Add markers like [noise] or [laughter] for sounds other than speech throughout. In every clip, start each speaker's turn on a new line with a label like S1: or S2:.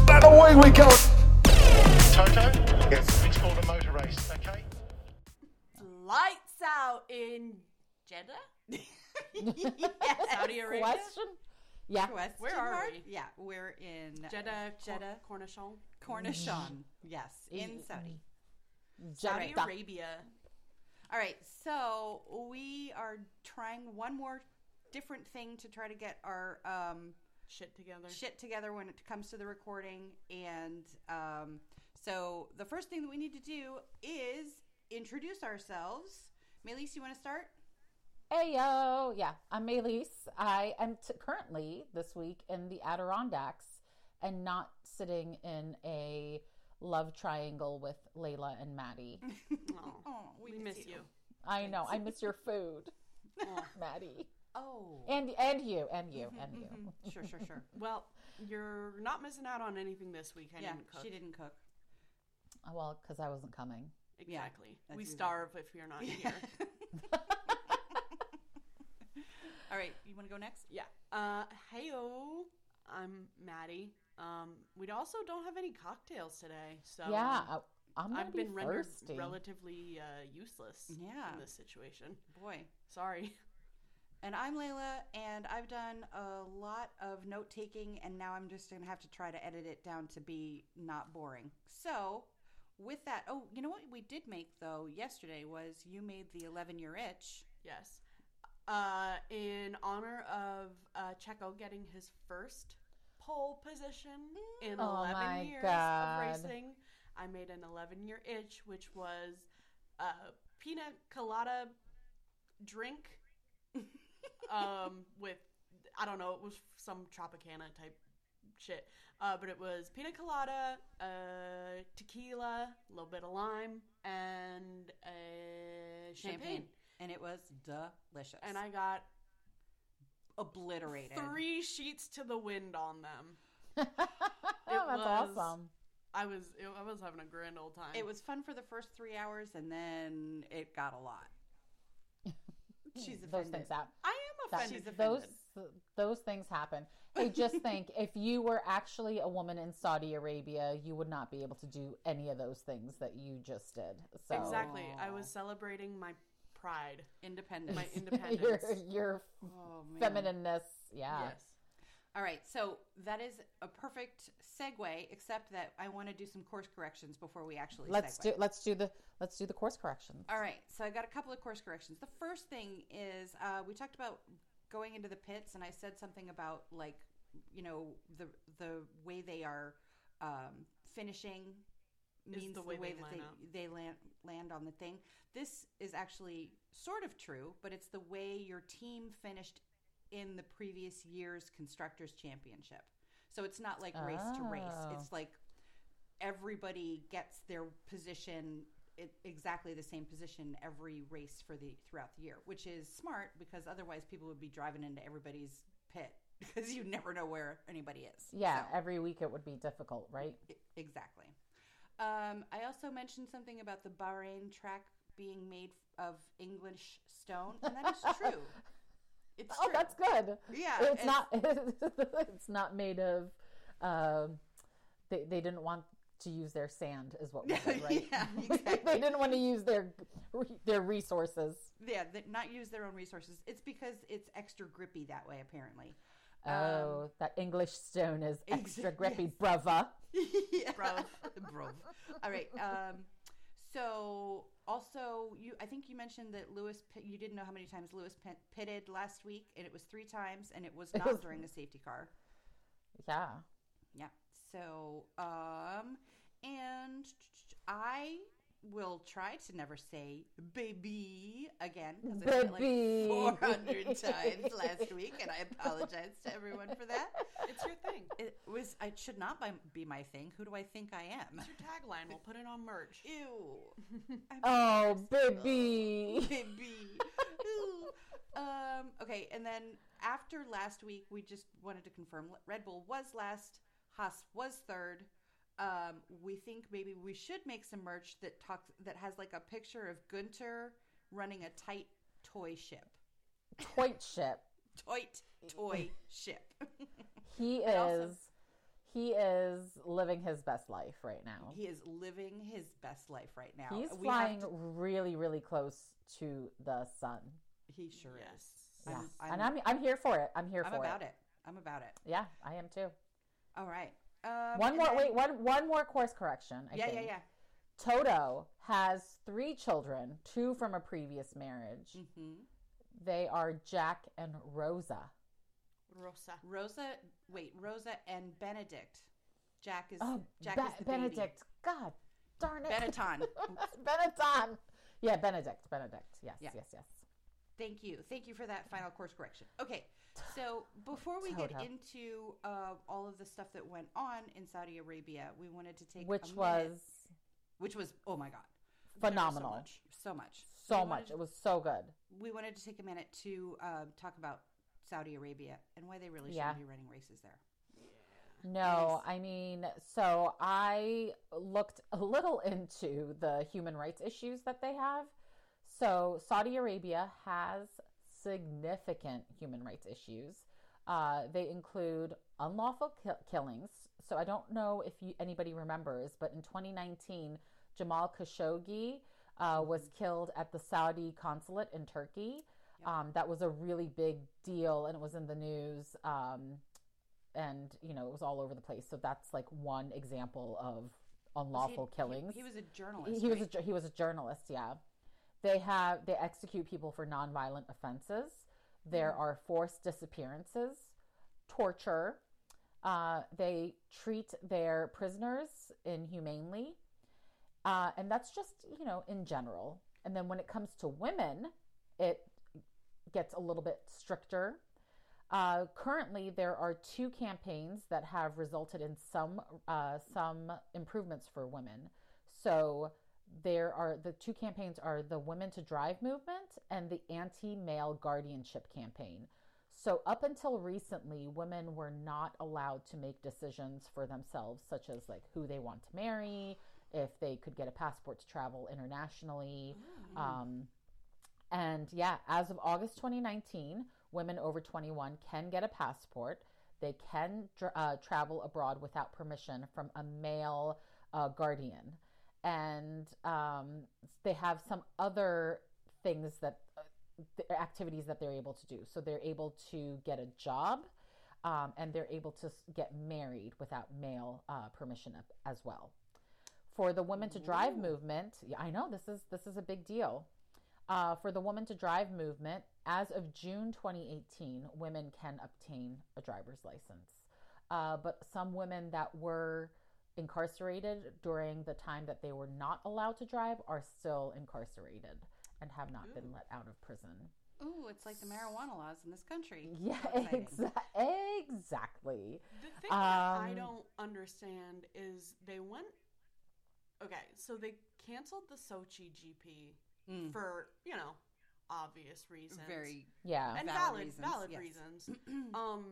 S1: we go.
S2: Toto? Yes. It's called a motor race, okay?
S3: Lights out in
S4: Jeddah? [laughs]
S3: yes.
S4: Saudi Arabia?
S5: Question? Yeah.
S3: Question
S4: Where are
S3: mark?
S4: we?
S3: Yeah, we're in
S4: Jeddah,
S3: Jeddah,
S4: Jeddah, Cornichon,
S3: Cornichon. Yes, in
S5: Mm,
S3: Saudi.
S4: Saudi
S5: Jeddah.
S4: Arabia.
S3: All right, so we are trying one more different thing to try to get our um,
S4: Shit together.
S3: shit together when it comes to the recording. And um, so the first thing that we need to do is introduce ourselves. Melise, you want to start?
S5: Ayo, yeah. I'm Melise. I am t- currently this week in the Adirondacks and not sitting in a love triangle with Layla
S4: [laughs]
S5: and Maddie.
S4: Aw,
S3: Oh,
S4: we, miss you.
S5: I know. I miss your
S4: [laughs]
S5: food, Maddie,
S3: Oh,
S5: and and you, and you, and
S4: Mm-hmm,
S5: you.
S3: sure, sure, sure.
S4: Well, you're not missing out on anything this week. [laughs] I
S3: yeah,
S4: didn't cook.
S3: she didn't cook.
S4: mm-hmm.
S5: Oh, Well, because I wasn't coming.
S3: Yeah,
S4: Exactly.
S3: that's
S4: we
S3: exactly-
S4: starve if you're
S3: [laughs]
S4: not [laughs] here.
S3: All right, you want to go next?
S4: yeah. Uh, heyo, I'm Maddie. Um, we also don't have any cocktails today, so
S5: yeah, I, I'm gonna
S4: I've
S5: be
S4: been rendered
S5: thirsty. [laughs]
S4: relatively uh, useless
S3: Yeah.
S4: in this situation.
S3: Boy.
S4: Sorry.
S3: And I'm Layla, and I've done a lot of note taking, and now I'm just going to have to try to edit it down to be not boring. So, with that, oh, you know what we did make though yesterday was you made the 11 year itch.
S4: Yes. Uh, in honor of uh, Checo getting his first pole position in
S5: Oh
S4: 11
S5: my
S4: years
S5: God.
S4: of racing, I made an 11 year itch, which was a pina colada drink [laughs] um, with, I don't know, it was some Tropicana type shit. Uh, but it was pina colada, uh, tequila, a little bit of lime, and uh, champagne.
S3: And it was delicious.
S4: And I got
S3: obliterated.
S4: three sheets to the wind on them.
S5: oh, that's
S4: was-
S5: awesome.
S4: I was I was having a grand old time.
S3: It was fun for the first three hours, and then it got a
S4: [laughs]
S3: lot. She's
S5: Those
S3: offended.
S5: things out.
S4: I am
S5: That-
S4: offended.
S5: those those things happen. I just think if you were actually a woman in Saudi Arabia, you would not be able to do any of those things that you just did. So [laughs]
S4: Exactly. I was celebrating my pride,
S3: Independent.
S4: my independence.
S5: your your
S3: oh, man.
S5: feminineness, yeah.
S4: Yes.
S3: All right, so that is a perfect segue, except that I want to do some course corrections before we actually
S5: Let's
S3: segue.
S5: do let's do the let's do the course corrections.
S3: All right, so I got a couple of course corrections. The first thing is uh, we talked about going into the pits, and I said something about like you know the the way they are um, finishing
S4: Is
S3: means
S4: the way they
S3: that
S4: line up.
S3: they, they land land on the thing. This is actually sort of true, but it's the way your team finished in the previous year's constructors championship. So it's not like race to race.
S5: Oh.
S3: It's like everybody gets their position it, exactly the same position every race for the throughout the year, which is smart because otherwise people would be driving into everybody's pit [laughs] because you never know where anybody is.
S5: Yeah,
S3: So-
S5: every week it would be difficult, right?
S3: I- Exactly. Um, I also mentioned something about the Bahrain track being made of English stone, and that
S5: [laughs]
S3: is true. It's
S5: Oh,
S3: true.
S5: that's good.
S3: Yeah,
S5: it's
S3: it's-
S5: not. It's not [laughs] made of. Um, they they didn't want to use their sand, is
S3: [laughs]
S5: what we said, right? [laughs]
S3: yeah, exactly.
S5: they didn't want to use their their resources.
S3: yeah, that not use their own resources. It's because it's extra grippy that way, apparently.
S5: oh, that English stone is
S3: Um, ex-
S5: extra grippy, brava.
S3: yeah.
S4: Bruv.
S3: Bruv. All right. Um, so also, you I think you mentioned that Lewis pit, you didn't know how many times Lewis pit, pitted last week, and it was three times, and it was not
S5: was-
S3: during a safety car.
S5: Yeah.
S3: Yeah. So, um, and I will try to never say baby again because I said
S5: Baby.
S3: it like
S5: [laughs]
S3: 400 times last week, and I apologize to everyone for that.
S4: It's your thing.
S3: It was, it should not bi- be my thing. Who do I think I am?
S4: It's your tagline. We'll put it on merch.
S5: [laughs]
S3: Ew. I'm
S5: Oh, baby.
S3: baby. Ooh. um, okay, and then after last week, we just wanted to confirm Red Bull was last, Haas was third. Um, we think maybe we should make some merch that talks that has like a picture of Gunter running a tight toy ship,
S5: Quite ship. [laughs] Oh.
S3: tight toy ship.
S5: He
S3: [laughs] also-
S5: is. he is living his best life right now.
S3: He is living his best life right now.
S5: He's
S3: We have
S5: flying
S3: to-
S5: really, really close to the sun.
S3: he sure is.
S5: Yeah.
S3: I'm- I'm-
S5: and I'm I'm here for it. I'm here
S3: I'm
S5: for
S3: about
S5: it.
S3: it. I'm about it.
S5: Yeah, I am too.
S3: All right. Um,
S5: one
S3: and
S5: more
S3: then-
S5: wait, one one more course correction. I
S3: Yeah,
S5: think.
S3: yeah, yeah.
S5: Toto has three children, two from a previous marriage.
S3: hmm
S5: They are Jack and Rosa.
S4: Rosa.
S3: Rosa, wait, Rosa and Benedict. Jack is
S5: Oh,
S3: Jack
S5: Be-
S3: is the baby.
S5: Benedict. God darn it. [laughs]
S3: Benetton.
S5: Benetton. Yeah, Benedict. Benedict. Yes,
S3: Yeah.
S5: yes, yes.
S3: Thank you. Thank you for that final course correction. Okay. So before we get
S5: Toto.
S3: into uh, all of the stuff that went on in Saudi Arabia, we wanted to take a
S5: Which
S3: minute-
S5: was
S3: which was oh my god,
S5: phenomenal. So much.
S3: so much, We wanted-
S5: It was so good.
S3: we wanted to take a minute to uh, talk about Saudi Arabia and why they really
S5: Yeah.
S3: shouldn't be running races there.
S5: No, I mean, so I looked a little [laughs] into the human rights issues that they have. So Saudi Arabia has significant human rights issues. Uh, they include unlawful ki- killings. So I don't know if you, anybody remembers, but in 2019, Jamal Khashoggi uh, was
S3: Mm-hmm.
S5: killed at the Saudi consulate in Turkey. Um, that was a really big deal, and it was in the news. Um, and you know, it was all over the place. So that's like one example of
S3: Was he-
S5: unlawful
S3: he-
S5: killings.
S3: He, was a
S5: He-
S3: journalist.
S5: He was a,
S3: right?
S5: jour- he was a journalist. Yeah, they have they execute people for nonviolent offenses. There
S3: Mm.
S5: are forced disappearances, torture. Uh, they treat their prisoners inhumanely, uh, and that's just you know in general. And then when it comes to women, it gets a little bit stricter. Uh, currently, there are two campaigns that have resulted in some uh, some improvements for women. So there are the two campaigns are the Women to Drive movement and the Anti-Male Guardianship campaign. So up until recently, women were not allowed to make decisions for themselves, such as like who they want to marry, if they could get a passport to travel internationally. Um, and yeah, as of August 2019, women over 21 can get a passport. They can dr- uh, travel abroad without permission from a male uh, guardian. And um, they have some other things that uh, th- activities that they're able to do. So they're able to get a job um, and they're able to s- get married without male uh, permission ap- as well. For the Women to Drive movement, yeah, I know this is this is a big deal. Uh, for the Woman to Drive movement, as of June 2018, women can obtain a driver's license. Uh, but some women that were incarcerated during the time that they were not allowed to drive are still incarcerated and have not been let out of prison.
S3: Ooh, it's like the marijuana laws in this country.
S5: Yeah, [laughs]
S3: How exciting.
S5: exa- exactly.
S4: The thing that I
S5: Um,
S4: don't understand is they went. Okay, so they canceled the Sochi GP
S3: Mm.
S4: for you know obvious reasons,
S3: Very.
S5: Yeah.
S4: and
S3: valid
S4: valid,
S3: reasons,
S4: valid
S3: yes.
S4: reasons. um,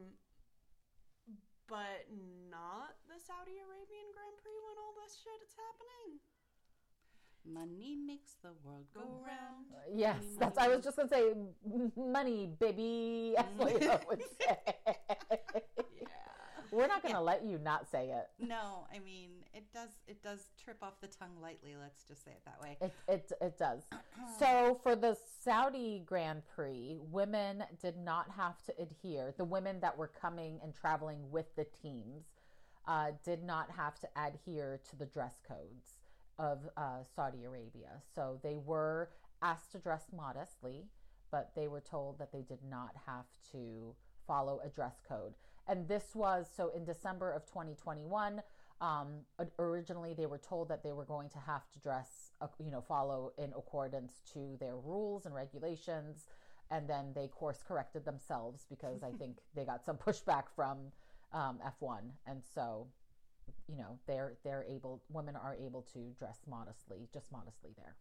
S4: but not the Saudi Arabian Grand Prix when all this shit is happening.
S3: Money makes the world go
S4: Go
S3: round.
S4: round.
S5: Yes,
S4: money,
S5: that's. I was just gonna say m- money, baby. [laughs] As Leo would say.
S4: Yeah.
S5: Mm-hmm. [laughs] We're not gonna let you not say it.
S3: No, I mean it does. It does trip off the tongue lightly. Let's just say it that way.
S5: It it it does.
S3: Um,
S5: so for the Saudi Grand Prix, women did not have to adhere. The women that were coming and traveling with the teams uh, did not have to adhere to the dress codes of uh, Saudi Arabia. So they were asked to dress modestly, but they were told that they did not have to follow a dress code. And this was so in December of 2021. Um, o- originally, they were told that they were going to have to dress, uh, you know, follow in accordance to their rules and regulations. And then they course corrected themselves because
S3: [laughs]
S5: I think they got some pushback from um, F1. And so, you know, they're they're able women are able to dress modestly, just modestly there.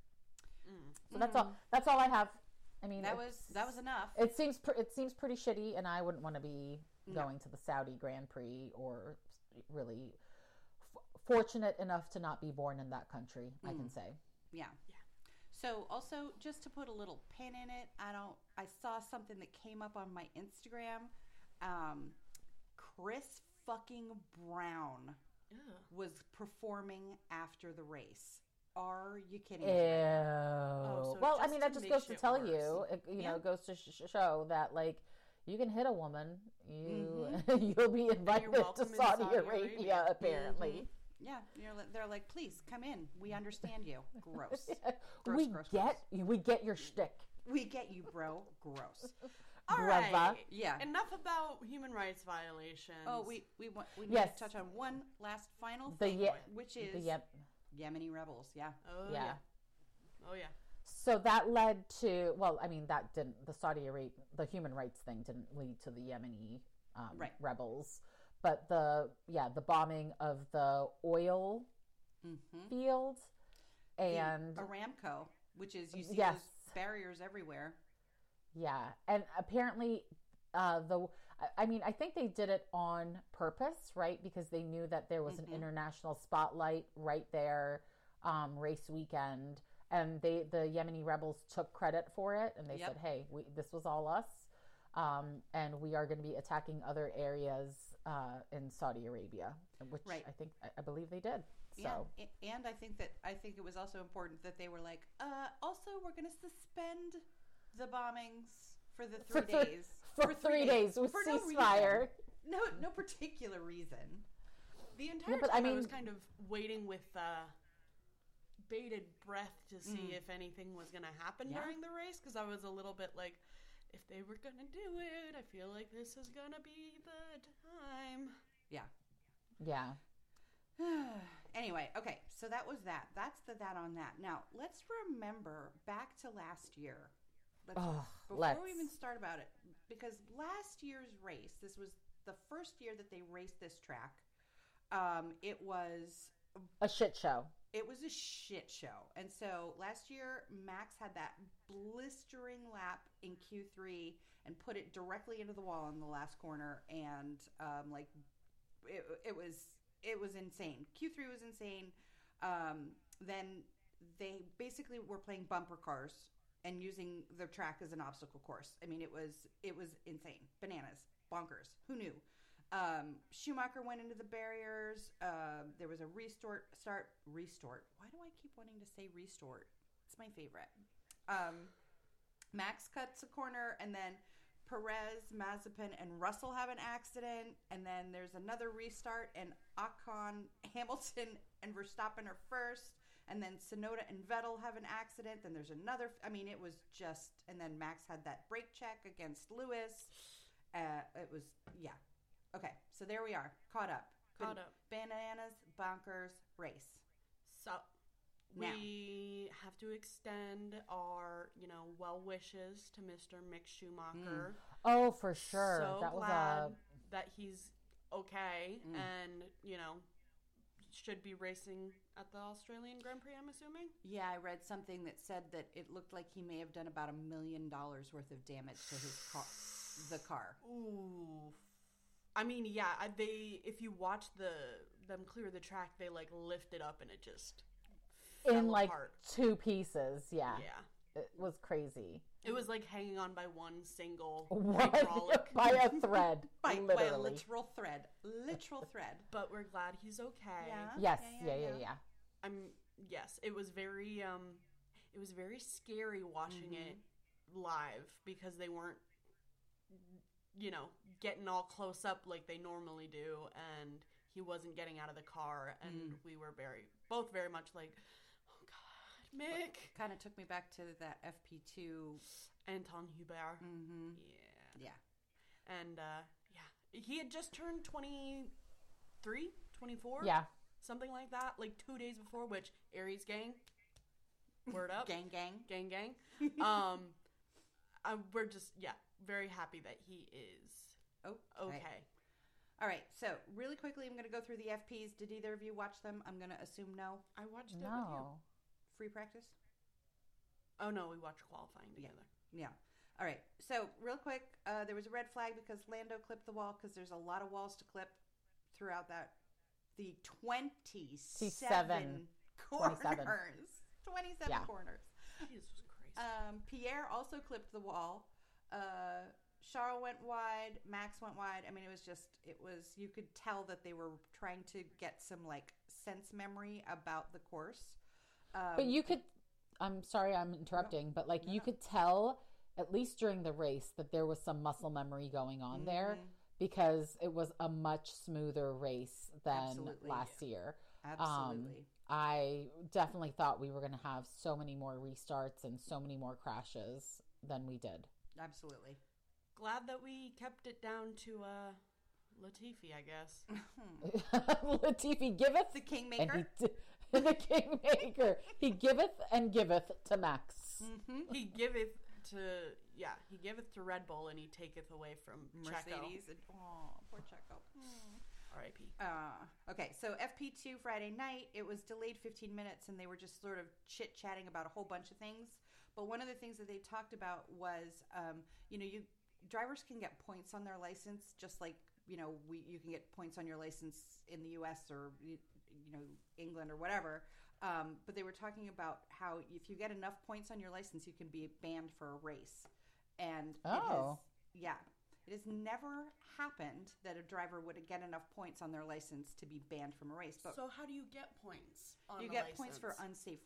S4: Mm.
S5: So that's all. That's all I have. I mean,
S3: Mm-hmm. That
S5: it-
S3: was that was enough.
S5: It seems pr- it seems pretty shitty, and I wouldn't want to be going to the Saudi Grand Prix or really f- fortunate enough to not be born in that country. I can say.
S3: Yeah. So also just to put a little pin in it, I don't I saw something that came up on my Instagram. Um Chris fucking Brown
S4: Ugh.
S3: was performing after the race. Are you kidding
S5: Ew.
S3: me?
S4: so
S5: well, I
S4: just
S5: mean,
S4: to
S5: that just
S4: make
S5: goes to
S4: shit
S5: tell
S4: worse.
S5: you, it, you know,
S4: Yeah.
S5: it goes to sh- sh- show that like you can hit a woman, you [laughs] you'll be invited to
S4: welcome in
S5: Saudi,
S4: Saudi
S5: Arabia,
S4: Arabia.
S5: apparently.
S3: Yeah, you're, li- they're like, please come in. We
S5: [laughs]
S3: understand you. Gross. Gross,
S5: we
S3: gross,
S5: get we get your shtick,
S3: we get you, bro. Gross.
S4: All
S5: brother.
S4: right.
S3: Yeah.
S4: Enough about human rights violations.
S3: Oh, we we want we need
S5: Yes.
S3: to touch on one last final
S5: The
S3: thing,
S5: Ye-
S3: which
S5: The
S3: is
S5: yep.
S3: Yemeni rebels. Yeah.
S4: Oh yeah.
S5: Yeah.
S4: Oh yeah.
S5: So that led to well, I mean, that didn't the Saudi Arabia the human rights thing didn't lead to the Yemeni um,
S3: Right.
S5: rebels, but the yeah the bombing of the oil
S3: Mm-hmm.
S5: field and
S3: Aramco, which is you see
S5: Yes.
S3: those barriers everywhere.
S5: Yeah, and apparently, uh, the I- I mean, I think they did it on purpose, right? Because they knew that there was
S3: Mhm.
S5: an international spotlight right there, um, race weekend, and they the Yemeni rebels took credit for it, and they
S3: Yep.
S5: said, "Hey, we, this was all us, um, and we are going to be attacking other areas uh, in Saudi Arabia," which
S3: Right.
S5: I think I, I believe they did. So
S3: Yeah, a- and I think that I think it was also important that they were like, uh, also we're going to suspend the bombings for the
S5: For
S3: three
S5: three-
S3: days
S5: for, three days with
S3: for no reason.
S5: ceasefire.
S3: No, no particular reason.
S4: The entire
S5: but I
S4: time I, was
S5: mean-
S4: kind of waiting with uh, bated breath to
S5: Mm.
S4: see if anything was going to happen
S3: Yeah.
S4: during the race because I was a little bit like, if they were going to do it, I feel like this is going to be the time.
S5: Yeah.
S3: [sighs] anyway, okay, so that was that. That's the that on that. Now let's remember back to last year. Let's,
S5: Oh,
S3: before we even
S5: let's.
S3: start about it, because last year's race, this was the first year that they raced this track. Um, it was
S5: A shit show.
S3: it was a shit show. And so last year, Max had that blistering lap in Q3 and put it directly into the wall in the last corner. And um, like, it, it was it was insane. Q3 was insane. Um, then they basically were playing bumper cars and using the track as an obstacle course. I mean, it was it was insane, bananas, bonkers. Who knew? Um, Schumacher went into the barriers. Um there was a restart, start, restart. Why do I keep wanting to say restart? It's my favorite. Um, Max cuts a corner, and then Perez, Mazepin, and Russell have an accident, and then there's another restart, and Ocon, [laughs] Hamilton, and Verstappen are first, and then Sonoda and Vettel have an accident. Then there's another. I mean, it was just. And then Max had that brake check against Lewis. Uh, it was yeah. Okay, so there we are, caught up.
S4: Caught up.
S3: Bananas, bonkers, race.
S4: So
S3: Now.
S4: we have to extend our, you know, well wishes to Mr. Mick Schumacher.
S3: Mm.
S5: Oh, for sure.
S4: So
S5: that was
S4: glad
S5: a
S4: that he's okay
S3: Mm.
S4: and you know should be racing at the Australian Grand Prix. I'm assuming.
S3: Yeah, I read something that said that it looked like he may have done about a million dollars worth of damage to his car, the car.
S4: Ooh. I mean, yeah. I- They if you watch the them clear the track, they like lift it up and it just
S5: in
S4: fell
S5: like
S4: apart.
S5: two pieces. Yeah.
S4: yeah.
S5: It was crazy. [laughs]
S4: It was like hanging on by one single
S5: One
S4: hydraulic.
S5: Mm. [laughs] by a thread,
S3: By, by a
S5: literally.
S3: literal thread, literal thread.
S4: But we're glad he's okay.
S3: Yeah.
S5: yes,
S3: Yeah,
S5: yeah,
S3: yeah,
S5: yeah, yeah.
S4: I'm yes, it was very um it was very scary watching
S5: Mm-hmm.
S4: it live because they weren't you know, getting all close up like they normally do and he wasn't getting out of the car and
S5: Mm.
S4: we were very both very much like oh god, Mick
S3: Kind of took me back to that FP2.
S4: Anton Hubert.
S5: Mm.
S3: hmm
S4: Yeah.
S3: Yeah.
S4: And uh yeah, he had just turned 23, 24.
S5: Yeah.
S4: Something like that, like 2 days before which Aries gang word up.
S3: Gang, gang.
S4: gang gang. um, I, we're just yeah, very happy that he is
S3: Oh,
S4: okay.
S3: All right, so really quickly, I'm going to go through the FPs. Did either of you watch them? I'm going to assume no.
S4: I watched it with you.
S5: No.
S3: Free practice?
S4: Oh no, we watched qualifying
S3: Yeah.
S4: together.
S3: Yeah. All right. So, real quick, uh, there was a red flag because Lando clipped the wall because there's a lot of walls to clip throughout that. The 27
S5: 27.
S3: corners. [laughs]
S5: 27.
S3: 27,
S5: Yeah.
S3: corners.
S4: Jesus Christ.
S3: Um, Pierre also clipped the wall. Uh, Shara went wide, Max went wide. I mean, it was just, it was, you could tell that they were trying to get some like sense memory about the course. Um,
S5: But you could, I'm sorry I'm interrupting, but like you could tell, at least during the race, that there was some muscle memory going on there because it was a much smoother race than
S3: Absolutely.
S5: last year. Um,
S3: absolutely.
S5: I definitely thought we were going to have so many more restarts and so many more crashes than we did.
S3: absolutely.
S4: Glad that we kept it down to uh, Latifi, I guess.
S3: [laughs]
S5: [laughs] Latifi giveth
S3: The
S5: and
S3: Kingmaker.
S5: he d- [laughs] the kingmaker. He giveth and giveth to Max.
S3: hmm
S4: he giveth to yeah, he giveth to Red Bull and he taketh away from
S3: Mercedes. And, oh, poor Checo. Hmm.
S4: Checo. R.I.P.
S3: Uh, okay, so FP2 Friday night, it was delayed 15 minutes and they were just sort of chit chatting about a whole bunch of things. But one of the things that they talked about was, um, you know, you drivers can get points on their license just like, you know, we you can get points on your license in the US or, you you know, England or whatever. Um, but they were talking about how if you get enough points on your license, you can be banned for a race. And it has-
S5: Oh.
S3: yeah. It has never happened that a driver would get enough points on their license to be banned from a race, but
S4: So how do you get points? On
S3: you
S4: the
S3: get points for
S4: license?
S3: unsafe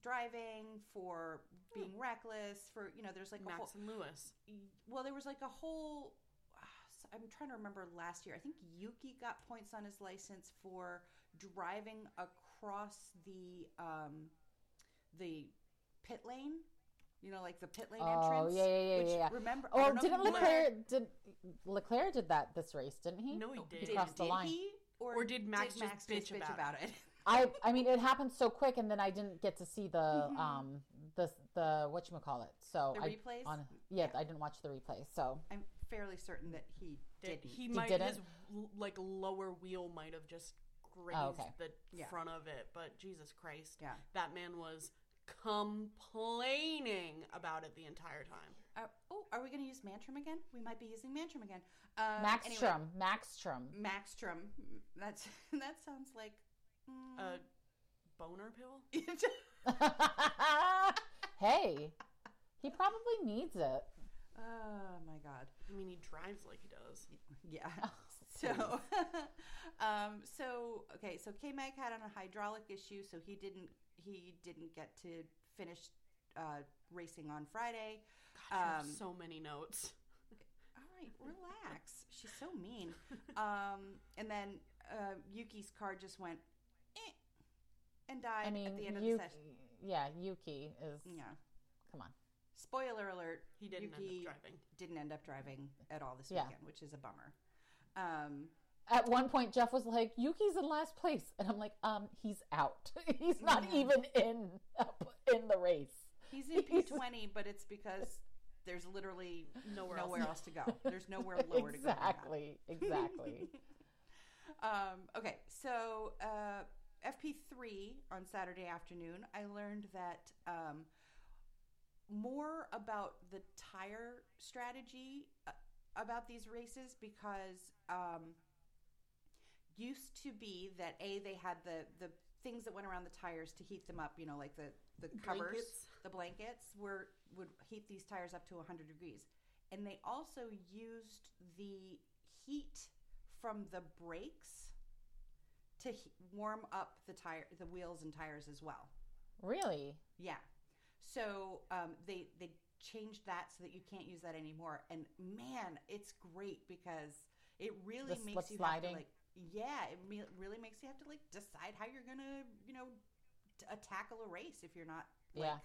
S3: driving, for being
S5: Hmm.
S3: reckless, for you know, there's like a whole
S4: Max and Lewis.
S3: well, there was like a whole. I'm trying to remember last year. I think Yuki got points on his license for driving across the um, the pit lane. You know, like the pit lane
S5: Oh
S3: entrance.
S5: yeah, yeah, yeah,
S3: which,
S5: yeah, yeah.
S3: Remember? I
S5: Oh,
S3: don't know if
S5: didn't
S3: you were-
S5: Leclerc did Leclerc did that this race, didn't he?
S4: No, he
S5: he
S4: did.
S3: Did,
S5: crossed the
S3: did
S5: line.
S3: he?
S4: Or did Max just bitch about [laughs]
S3: it?
S5: I I mean it happened so quick and then I didn't get to see the um the the whatchamacallit. So
S3: Mm-hmm. The
S5: I
S3: replays?
S5: on yeah, I didn't watch the replay. So
S3: I'm fairly certain that he
S4: Did,
S3: did.
S4: he might
S5: didn't?
S4: his l- like lower wheel might have just grazed
S5: okay.
S4: the
S3: Oh, Yeah.
S4: front of it, but Jesus Christ,
S3: Yeah.
S4: that man was complaining about it the entire time.
S3: Uh, oh, are we going to use Mantrum again? We might be using Mantrum again. Um,
S5: Maxtrum,
S3: anyway,
S5: Maxtrum.
S3: Maxtrum. That's [laughs] that sounds like. mm, [laughs]
S4: A boner pill?
S3: Mm.
S5: [laughs] hey, he probably needs it. [laughs]
S3: oh my god.
S4: I mean, he drives like he does.
S3: Yeah.
S4: Oh,
S3: [laughs] So, [laughs] um, so okay. So K Mag had a hydraulic issue, so he didn't he didn't get to finish uh, racing on Friday.
S4: God, you have
S3: Um,
S4: so many notes.
S3: All right, relax. She's so mean. Um, and then uh, Yuki's car just went eh, and died
S5: I mean,
S3: at the end of
S5: Yuki,
S3: the session.
S5: yeah, Yuki is.
S3: Yeah.
S5: Come on.
S3: Spoiler alert.
S4: He didn't
S3: Yuki
S4: end up driving.
S3: Didn't end up driving at all this
S5: Yeah.
S3: weekend, which is a bummer. Um,
S5: At one point, Jeff was like, "Yuki's in last place," and I'm like, "Um, he's out. [laughs] he's not even in up in the race." [laughs]
S3: he's in P twenty, but it's because there's literally
S4: Nowhere
S3: nowhere,
S4: else.
S3: else to go. There's nowhere lower to go. than that.
S5: [laughs] exactly, exactly.
S3: [laughs] Um, okay, so uh, FP3 on Saturday afternoon, I learned that um, more about the tire strategy uh, about these races because um, used to be that a they had the the things that went around the tires to heat them up. You know, like the the covers,
S4: Blankets.
S3: the blankets were would heat these tires up to 100 degrees, and they also used the heat from the brakes to he- warm up the tire the wheels and tires as well.
S5: really?
S3: Yeah. So um, they they changed that so that you can't use that anymore. And man, it's great because it really
S5: The slip
S3: makes you have
S5: sliding.
S3: to like yeah, it me- really makes you have to like decide how you're gonna you know t- uh, tackle a race if you're not like
S5: Yeah.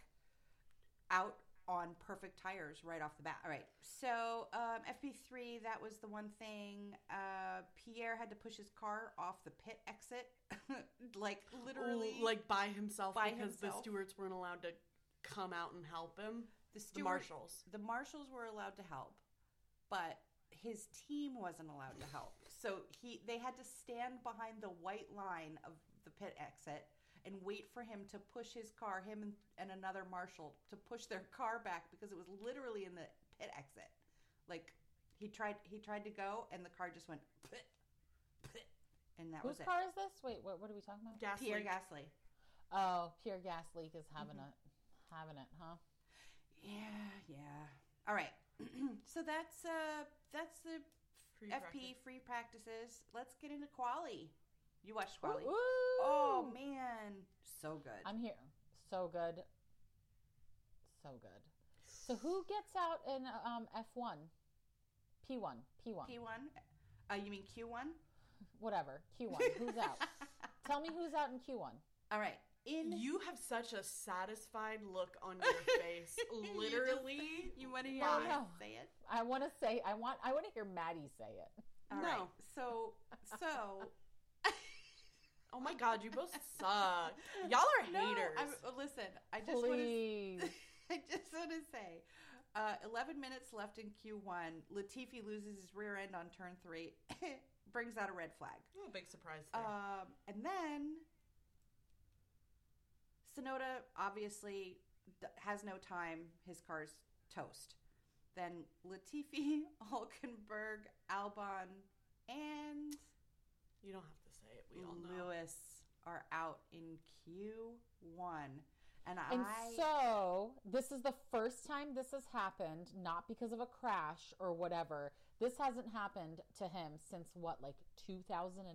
S3: out on perfect tires right off the bat. All right. So um, FP3, that was the one thing. Uh, Pierre had to push his car off the pit exit, [laughs] like literally,
S4: Ooh, like by himself
S3: by
S4: because the
S3: himself.
S4: stewards weren't allowed to come out and help him.
S3: the
S4: The
S3: steward-
S4: marshals.
S3: the marshals were allowed to help but his team wasn't allowed to help so he they had to stand behind the white line of the pit exit and wait for him to push his car him and, and another marshal to push their car back because it was literally in the pit exit like he tried he tried to go and the car just went pit, pit, and that
S5: Whose
S3: was
S5: car is this? Wait, what? What are we talking about?
S3: it
S4: Gas
S3: pierre
S4: leak.
S3: gasly
S5: Oh, pure
S3: Mm-hmm.
S5: gas leak is having it, having it, huh?
S3: Yeah, yeah. All right. [clears throat] so that's uh that's the
S4: Free
S3: FP free practices. Let's get into Quali. You watched Quali?
S5: Woo!
S3: Oh man, so good.
S5: I'm here. So good. So good. So who gets out in um, F1? P1, P1,
S3: P one. Uh, you mean Q one?
S5: whatever. Q1. Who's out? Tell me who's out in Q1.
S3: [laughs] All right. In [laughs]
S4: You have such a satisfied look on
S5: [laughs]
S4: your face. Literally.
S3: you want to hear
S5: Well,
S3: me
S5: no.
S3: say it?
S5: I want to say I want I want to hear Maddie say it.
S3: All right.
S4: No.
S3: So so
S4: Oh my god, you
S5: [laughs]
S4: both [laughs] suck. Y'all are haters.
S3: No, I'm- uh, listen, I just want to
S5: Please.
S3: [laughs] I just want to say, uh, 11 minutes left in Q1. Latifi loses his rear end on turn three, [laughs] brings out a red flag.
S4: Oh, big surprise there.
S5: Uh,
S3: Um, and then Sonoda obviously d- has no time. His car's toast. Then Latifi, [laughs] Hulkenberg, Albon, and
S4: you don't have to say it. We all know.
S3: Lewis are out in Q1. And,
S5: And
S3: I.
S5: so this is the first time this has happened, not because of a crash or whatever. This hasn't happened to him since what, like 2009?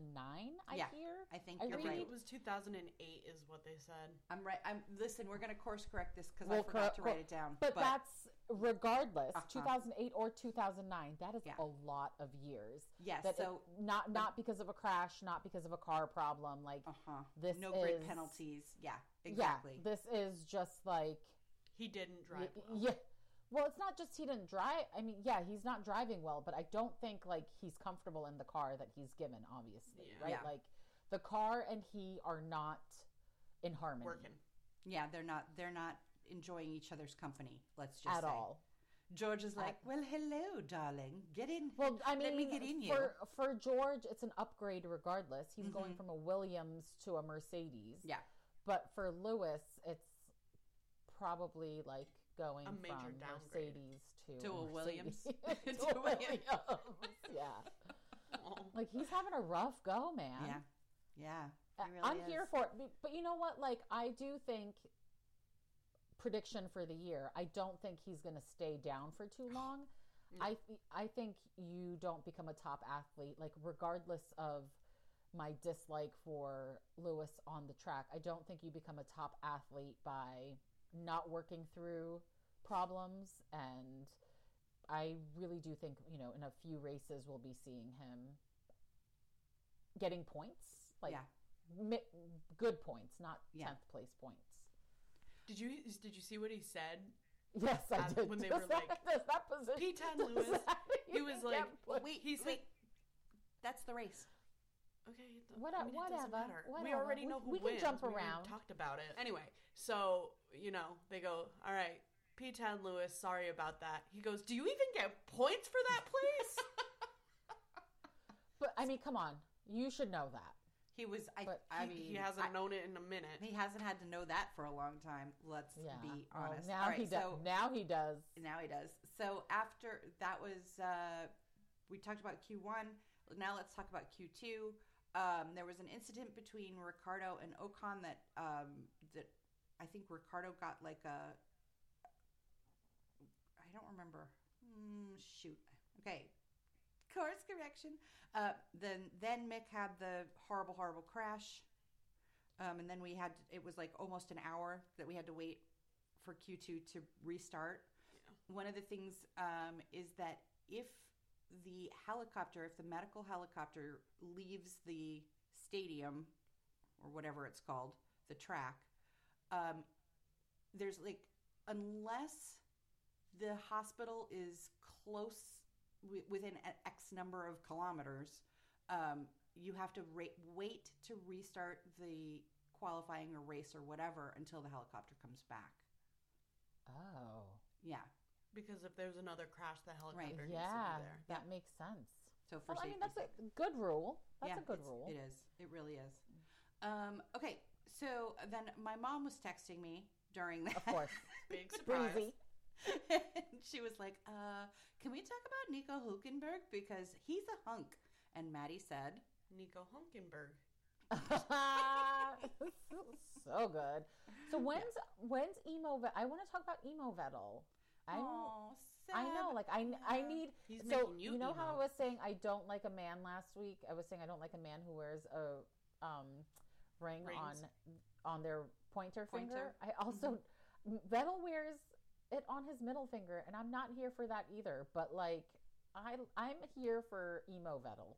S5: I
S3: Yeah.
S5: hear.
S3: I think
S5: I
S3: you're
S4: I
S5: really
S4: think
S3: right.
S4: it was 2008 is what they said.
S3: I'm right. I'm listen. We're gonna course correct this because I
S5: We'll cor-
S3: forgot to write
S5: cor-
S3: it down.
S5: But, that's regardless,
S3: Uh-huh.
S5: 2008 or 2009. That is
S3: Yeah.
S5: a lot of years.
S3: yes.
S5: That it-
S3: so
S5: not not because of a crash, not because of a car problem. Like
S3: uh huh.
S5: this
S3: No grid
S5: is-
S3: penalties. Yeah. Exactly.
S5: Yeah, this is just like
S4: He didn't drive
S5: y-
S4: well.
S5: yeah. Well, it's not just he didn't drive. I mean, yeah, he's not driving well, but I don't think like he's comfortable in the car that he's given. Obviously,
S4: Yeah.
S5: right?
S3: Yeah.
S5: Like the car and he are not in harmony [laughs]
S4: Working.
S3: yeah. They're not. They're not enjoying each other's company. Let's just
S5: at
S3: say.
S5: all.
S3: George is like, well, hello, darling. Get in.
S5: Well, I mean,
S3: Let me get in you.
S5: for for George, it's an upgrade regardless. He's going
S3: Mhm.
S5: from a Williams to a Mercedes.
S3: Yeah.
S5: but for Lewis, it's probably like going
S4: A major
S5: from
S4: downgrade.
S5: Mercedes to
S3: To a Williams. [laughs]
S5: Mercedes. [laughs]
S3: To
S5: to
S3: a
S5: a
S3: Williams.
S5: Williams. yeah,
S4: Oh.
S5: like he's having a rough go, man.
S3: yeah. Yeah.
S5: Uh,
S3: He really
S5: I'm here
S3: is.
S5: for it. Be- But you know what? Like, I do think prediction for the year. I don't think he's going to stay down for
S3: [sighs]
S5: too long.
S4: No.
S5: I th- I think you don't become a top athlete like regardless of my dislike for Lewis on the track. I don't think you become a top athlete by not working through problems and I really do think, you know, in a few races we'll be seeing him getting points, like
S3: Yeah.
S5: mi- good points, not 10th
S3: Yeah.
S5: place points. [laughs]
S4: Did you did you see what he said?
S5: Yes, I
S4: Um,
S5: did.
S4: when they
S5: Does
S4: were
S5: that-
S4: like,
S5: does that position?
S4: P10
S5: does
S4: Lewis.
S5: that-
S4: He was
S5: Yeah,
S4: like,
S5: but-
S3: Wait.
S4: He said-
S3: wait. That's the race.
S4: Okay, it do-
S5: Whata-
S4: it doesn't
S5: whatever,
S4: matter. We
S5: whatever.
S4: already
S5: We-
S4: know who
S5: we can
S4: wins.
S5: jump
S4: We already
S5: around.
S4: talked about it anyway. So you know they go. All right, P10 Lewis. Sorry about that. He goes. Do you even get points for that place?
S5: But I mean, come on, you should know that.
S3: He was. I.
S5: But
S3: I
S4: He-
S3: mean,
S4: he hasn't known it in a minute.
S3: I- he hasn't had to know that for a long time. Let's
S5: Yeah.
S3: be
S5: Well,
S3: honest.
S5: now
S3: All right,
S5: he does.
S3: so-
S5: now he does.
S3: Now he does. So after that was, uh, we talked about Q1. Now let's talk about Q2. Um, there was an incident between Ricardo and Ocon that um, that I think Ricardo got like a. I don't remember. Hmm, shoot. Okay. Course correction. Uh, then then Mick had the horrible horrible crash, um, and then we had it was like almost an hour that we had to wait for Q two to restart one of the things um, is that if the helicopter, if the medical helicopter leaves the stadium or whatever it's called, the track, um, there's like, unless the hospital is close wi within a- X number of kilometers, um, you have to ra- wait to restart the qualifying or race or whatever until the helicopter comes back.
S5: Oh,
S3: Yeah.
S4: because if there's another crash, the helicopter needs to be
S5: yeah,
S4: there.
S5: that makes sense.
S3: So for
S5: Well, I mean,
S3: safety's
S5: that's
S3: sake.
S5: a good rule. That's a good
S3: it's-
S5: rule.
S3: It is. It really is. Um, okay, so then my mom was texting me during [laughs] that.
S5: Of course,
S4: Big surprise.
S5: breezy. [laughs]
S3: and she was like, uh, "Can we talk about Nico Hulkenberg because he's a hunk?" And Maddie said,
S4: Nico Honkenberg.
S5: so good. So when's when's emo? Ve- I want to talk about emo Vettel. I'm
S3: "Oh, Seb.
S5: I know, like I, I
S3: Yeah.
S5: need.
S4: He's
S5: so
S4: making you
S5: you know how I
S4: emo.
S5: was saying I don't like a man last week. I was saying I don't like a man who wears a um, ring
S4: Rings.
S5: on on their pointer, finger.
S3: Pointer.
S5: I also
S4: Mm-hmm.
S5: Vettel wears it on his middle finger, and I'm not here for that either. But like I I'm here for emo Vettel.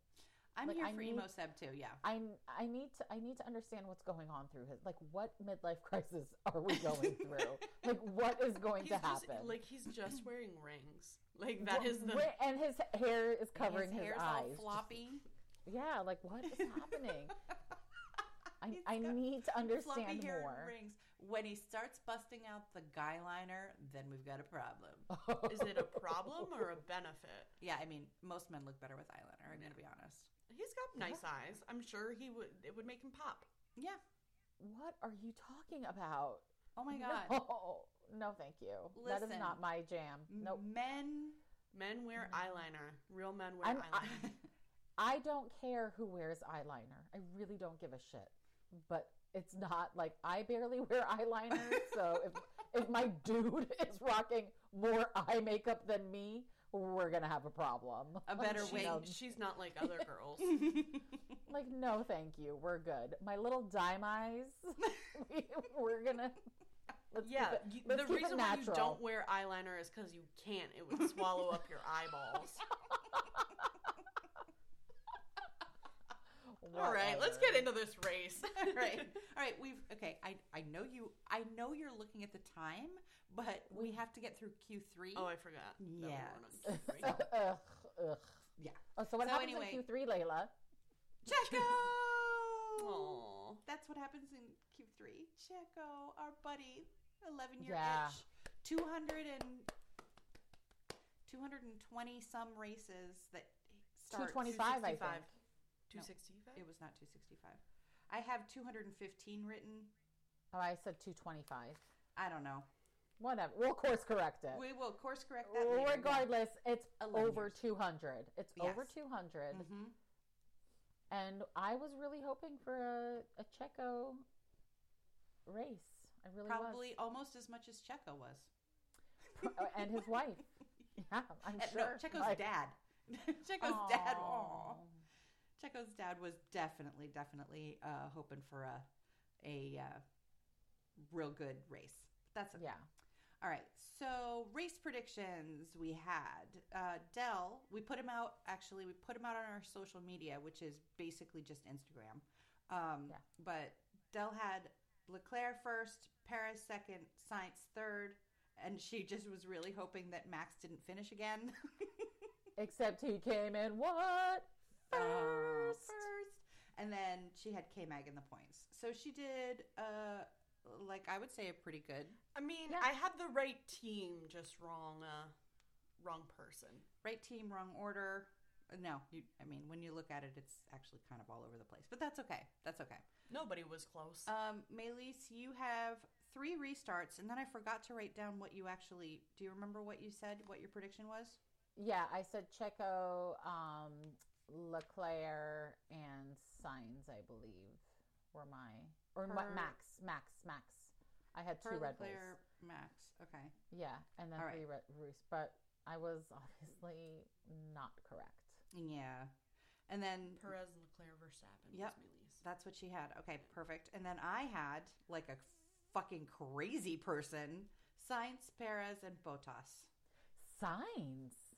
S3: I'm
S5: like,
S3: here
S5: I
S3: for
S5: need-
S3: emo Seb too. Yeah.
S5: I I need to I need to understand what's going on through his like what midlife [laughs] crisis are we going through? like what is going
S4: He's
S5: to
S4: just,
S5: happen?
S4: like he's
S5: [clears throat]
S4: just wearing rings. Like that
S5: Wha-
S4: is the
S5: where- and his hair is covering his,
S3: hair's
S5: eyes.
S3: all
S5: just-
S3: floppy.
S5: yeah, like what is
S3: [laughs]
S5: happening? I,
S3: He's
S5: I
S3: got
S5: need to
S3: Floppy
S5: [laughs] understand
S3: hair and
S5: more.
S3: rings. When he starts busting out the guy liner, then we've got a problem.
S5: [laughs]
S4: is it a problem or a benefit?
S3: Yeah, I mean, most men look better with eyeliner. I'm gonna be honest.
S4: He's got nice eyes. I'm sure he would it would make him pop.
S3: Yeah.
S5: What are you talking about?
S3: Oh my god.
S5: [laughs] No, no thank you. that is
S3: Listen. Mm-hmm.
S5: not my jam. Nope.
S3: Men.
S4: Men wear eyeliner. Real men wear
S5: Mm-hmm. I'm-
S4: eyeliner. [laughs]
S5: I don't care who wears eyeliner. I really don't give a shit. But it's not like I barely wear
S3: [laughs]
S5: eyeliner, so if if my dude [laughs] is rocking more eye makeup than me, we're gonna have a problem.
S3: A better
S4: she,
S3: wig.
S5: [laughs] No,
S4: She's not like
S5: [laughs]
S4: other girls.
S5: like no, thank you. We're good. My little dime eyes. [laughs] we, we're gonna. Let's
S4: yeah,
S5: keep it-
S4: you-
S5: let's
S4: the
S5: keep it
S4: reason why you
S5: natural.
S4: don't wear eyeliner is because you can't. It would swallow up
S5: [laughs]
S4: your eyeballs. All right, let's
S5: Whatever.
S4: get into this
S5: [laughs]
S4: race.
S3: All
S4: [laughs]
S3: right. All right. We've okay. I I know you. I know you're looking at the time, but we
S5: Mm.
S3: have to get through Q three.
S4: Oh, I forgot. that we weren't on
S5: [laughs]
S3: Yes.
S4: Q3.
S5: So, ugh, ugh.
S3: Yeah.
S5: Oh, so what
S3: So
S5: happens
S3: anyway-
S5: in Q three, Layla? [laughs]
S3: Checo.
S4: Aw.
S3: That's what happens in Q three. Checo, our buddy, eleven year
S5: Yeah.
S3: itch, two hundred and two hundred and twenty some races that start.
S5: 225, I think.
S4: 265.
S3: No.
S4: 265?
S3: It was not two sixty five. I have two hundred and fifteen written.
S5: Oh, I said two twenty five.
S3: I don't know.
S5: Whatever. We'll course correct it.
S3: We will course correct that later. yeah.
S5: Regardless, it's
S3: 11
S5: over
S3: years.
S5: 200. It's over
S3: Yes.
S5: 200.
S3: Mhm.
S4: Mm-hmm.
S5: And I was really hoping for a, a Checo race. I really
S3: Probably almost as much as Checo was.
S5: was. Pro- Oh, uh, and his
S3: [laughs]
S5: wife. Yeah, I'm
S3: Uh,
S5: sure.
S3: No, Checo's
S5: Like,
S3: dad. [laughs] Checo's dad. Aw.
S5: aw.
S3: Checo's dad was definitely, definitely uh, hoping for a a uh, real good race. That's it.
S5: Yeah.
S3: All right. So race predictions we had uh, Dell. We put him out. Actually, we put him out on our social media, which is basically just Instagram. Um,
S5: Yeah.
S3: But Dell had Leclerc first, Paris second, Sainz third, and she just was really hoping that Max didn't finish again. [laughs]
S5: Except he came in what?
S3: Uh,
S5: First.
S3: first. And then she had K Mag in the points. So she did, uh, like, I would say a pretty good
S4: I mean,
S5: Yeah.
S4: I had the right team, just wrong, uh, wrong person.
S3: right team, wrong order. No, you, I mean, when you look at it, it's actually kind of all over the place, but that's okay. That's okay.
S4: Nobody was close.
S5: Uh,
S3: Um, Melise, you have three restarts, and then I forgot to write down what you actually do. You remember what you said, what your prediction was?
S5: Yeah, I said Checo, um, Leclerc, and Signs, I believe, were my or Ma-
S3: Per-
S5: Max, Max, Max. I had two
S3: Per
S5: Red
S3: Leclerc,
S5: Bulls.
S3: Max. Okay.
S5: Yeah, and then
S3: All right.
S5: three Red Roos, but I was obviously not correct.
S3: Yeah. And then
S4: Perez, Leclerc, Verstappen, was
S3: Yep.
S4: Melise.
S3: That's what she had. Okay, perfect. And then I had like a fucking crazy person: Science, Perez, and Botas.
S5: Signs.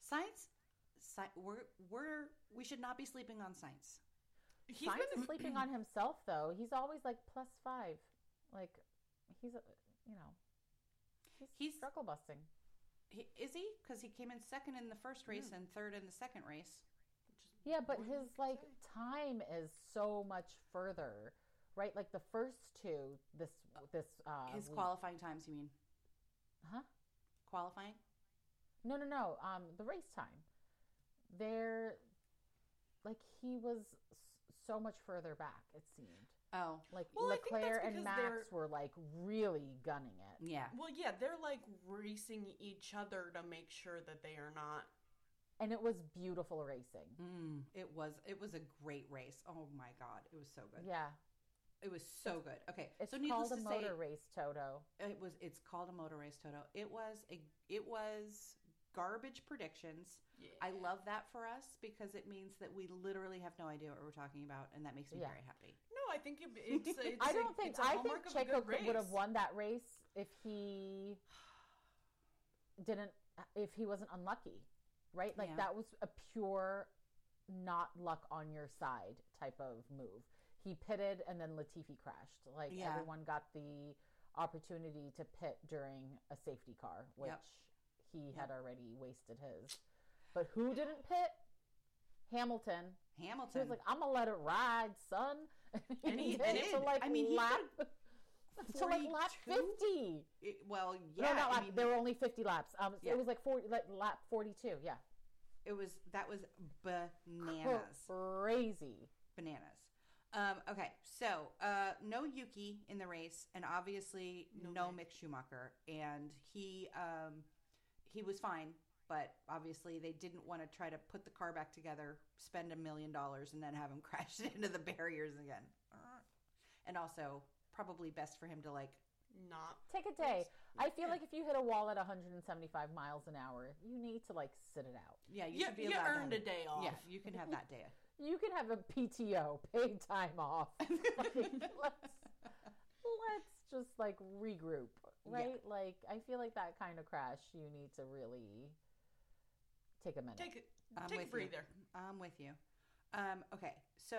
S3: Science, sci- we're we're we should not be sleeping on science.
S4: He's
S5: Signs
S4: been
S5: is sleeping on himself though. He's always like plus five, like he's a, you know he's,
S3: He's-
S5: struggle busting.
S3: He, is he? Because he came in second in the first race
S5: Hmm.
S3: and third in the second race.
S5: Yeah, but
S4: What do you
S5: his like time is so much further, right? Like the first two, this this uh,
S3: His
S5: week-
S3: qualifying times, you mean?
S5: Huh?
S3: Qualifying?
S5: No, no, no. Um, the race time. There, like he was s- so much further back. It seemed
S3: Oh,
S5: like
S4: Well, I think that's
S5: Leclerc and
S4: because
S5: Max
S4: they're-
S5: were like really gunning it.
S3: yeah.
S4: Well, yeah, they're like racing each other to make sure that they are not.
S5: And it was beautiful racing.
S3: Mm, it was it was a great race. Oh my god, it was so good.
S5: Yeah.
S3: It was so good. Okay,
S5: It's
S3: so needless
S5: called a
S3: to
S5: motor
S3: say,
S5: race, Toto.
S3: it was it's called a motor race toto it was a it was garbage predictions
S4: Yeah.
S3: i love that for us because it means that we literally have no idea what we're talking about and that makes me
S5: Yeah.
S3: very happy
S4: No, I think it- it's. A, it's
S5: [laughs] I
S4: a-
S5: don't think
S4: it's a
S5: I think
S4: hallmark of a
S5: Checo
S4: good
S5: could- would have
S4: race.
S5: won that race if he didn't if he wasn't unlucky, right? Like
S3: Yeah.
S5: that was a pure not luck on your side type of move. He pitted and then Latifi crashed. Like
S3: Yeah.
S5: everyone got the opportunity to pit during a safety car, which
S3: Yep.
S5: he had already wasted his. But who didn't pit? Hamilton. He
S3: hamilton
S5: was like, "I'm gonna let it ride, son." [laughs]
S3: And he
S5: did it to,
S3: did.
S5: like
S3: I mean, he
S5: lap [laughs] to like lap
S3: 42?
S5: fifty.
S3: it- well yeah
S5: no, not
S3: I
S5: lap.
S3: mean,
S5: there were only fifty laps. Um,
S3: Yeah.
S5: it was like forty, like lap forty-two. Yeah,
S3: it was that was bananas
S5: crazy.
S3: bananas um, okay so uh, no yuki in the race and obviously no,
S4: No
S3: mick schumacher and he um, he was fine but obviously they didn't want to try to put the car back together spend a million dollars and then have him [laughs] crash into the barriers again Uh, and also probably best for him to like
S4: Not.
S5: Take a day. I feel
S4: Yeah.
S5: like if you hit a wall at 175 miles an hour, you need to like sit it out.
S3: yeah you
S4: You,
S3: should be
S4: you,
S3: allowed to
S4: earned a
S3: have,
S4: day off.
S3: yeah you can have that day
S5: You can have a PTO, paid time off. Like,
S3: [laughs]
S5: let's let's just like regroup,
S3: Yeah.
S5: right? Like I feel like that kind of crash, you need to really take a minute.
S4: Take a
S3: I'm
S4: take
S3: with
S4: a
S3: you.
S4: breather.
S3: I'm with you. Um, okay, so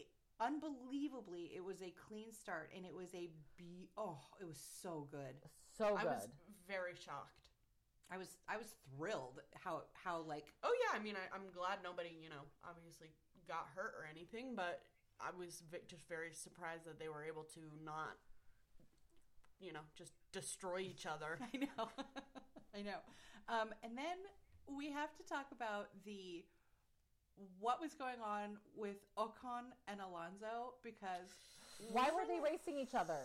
S3: it, unbelievably, it was a clean start, and it was a be. Oh, it was so good.
S5: so
S3: Oh,
S4: I
S5: good.
S4: was very shocked.
S3: I was I was thrilled how how like [laughs]
S4: Oh yeah, I mean, I, I'm glad nobody, you know, obviously got hurt or anything, but I was v- just very surprised that they were able to not, you know, just destroy each
S3: [laughs]
S4: other.
S3: I know, I know. Um, and then we have to talk about the what was going on with Ocon and Alonso because
S5: Why were
S3: [laughs]
S5: they racing each other?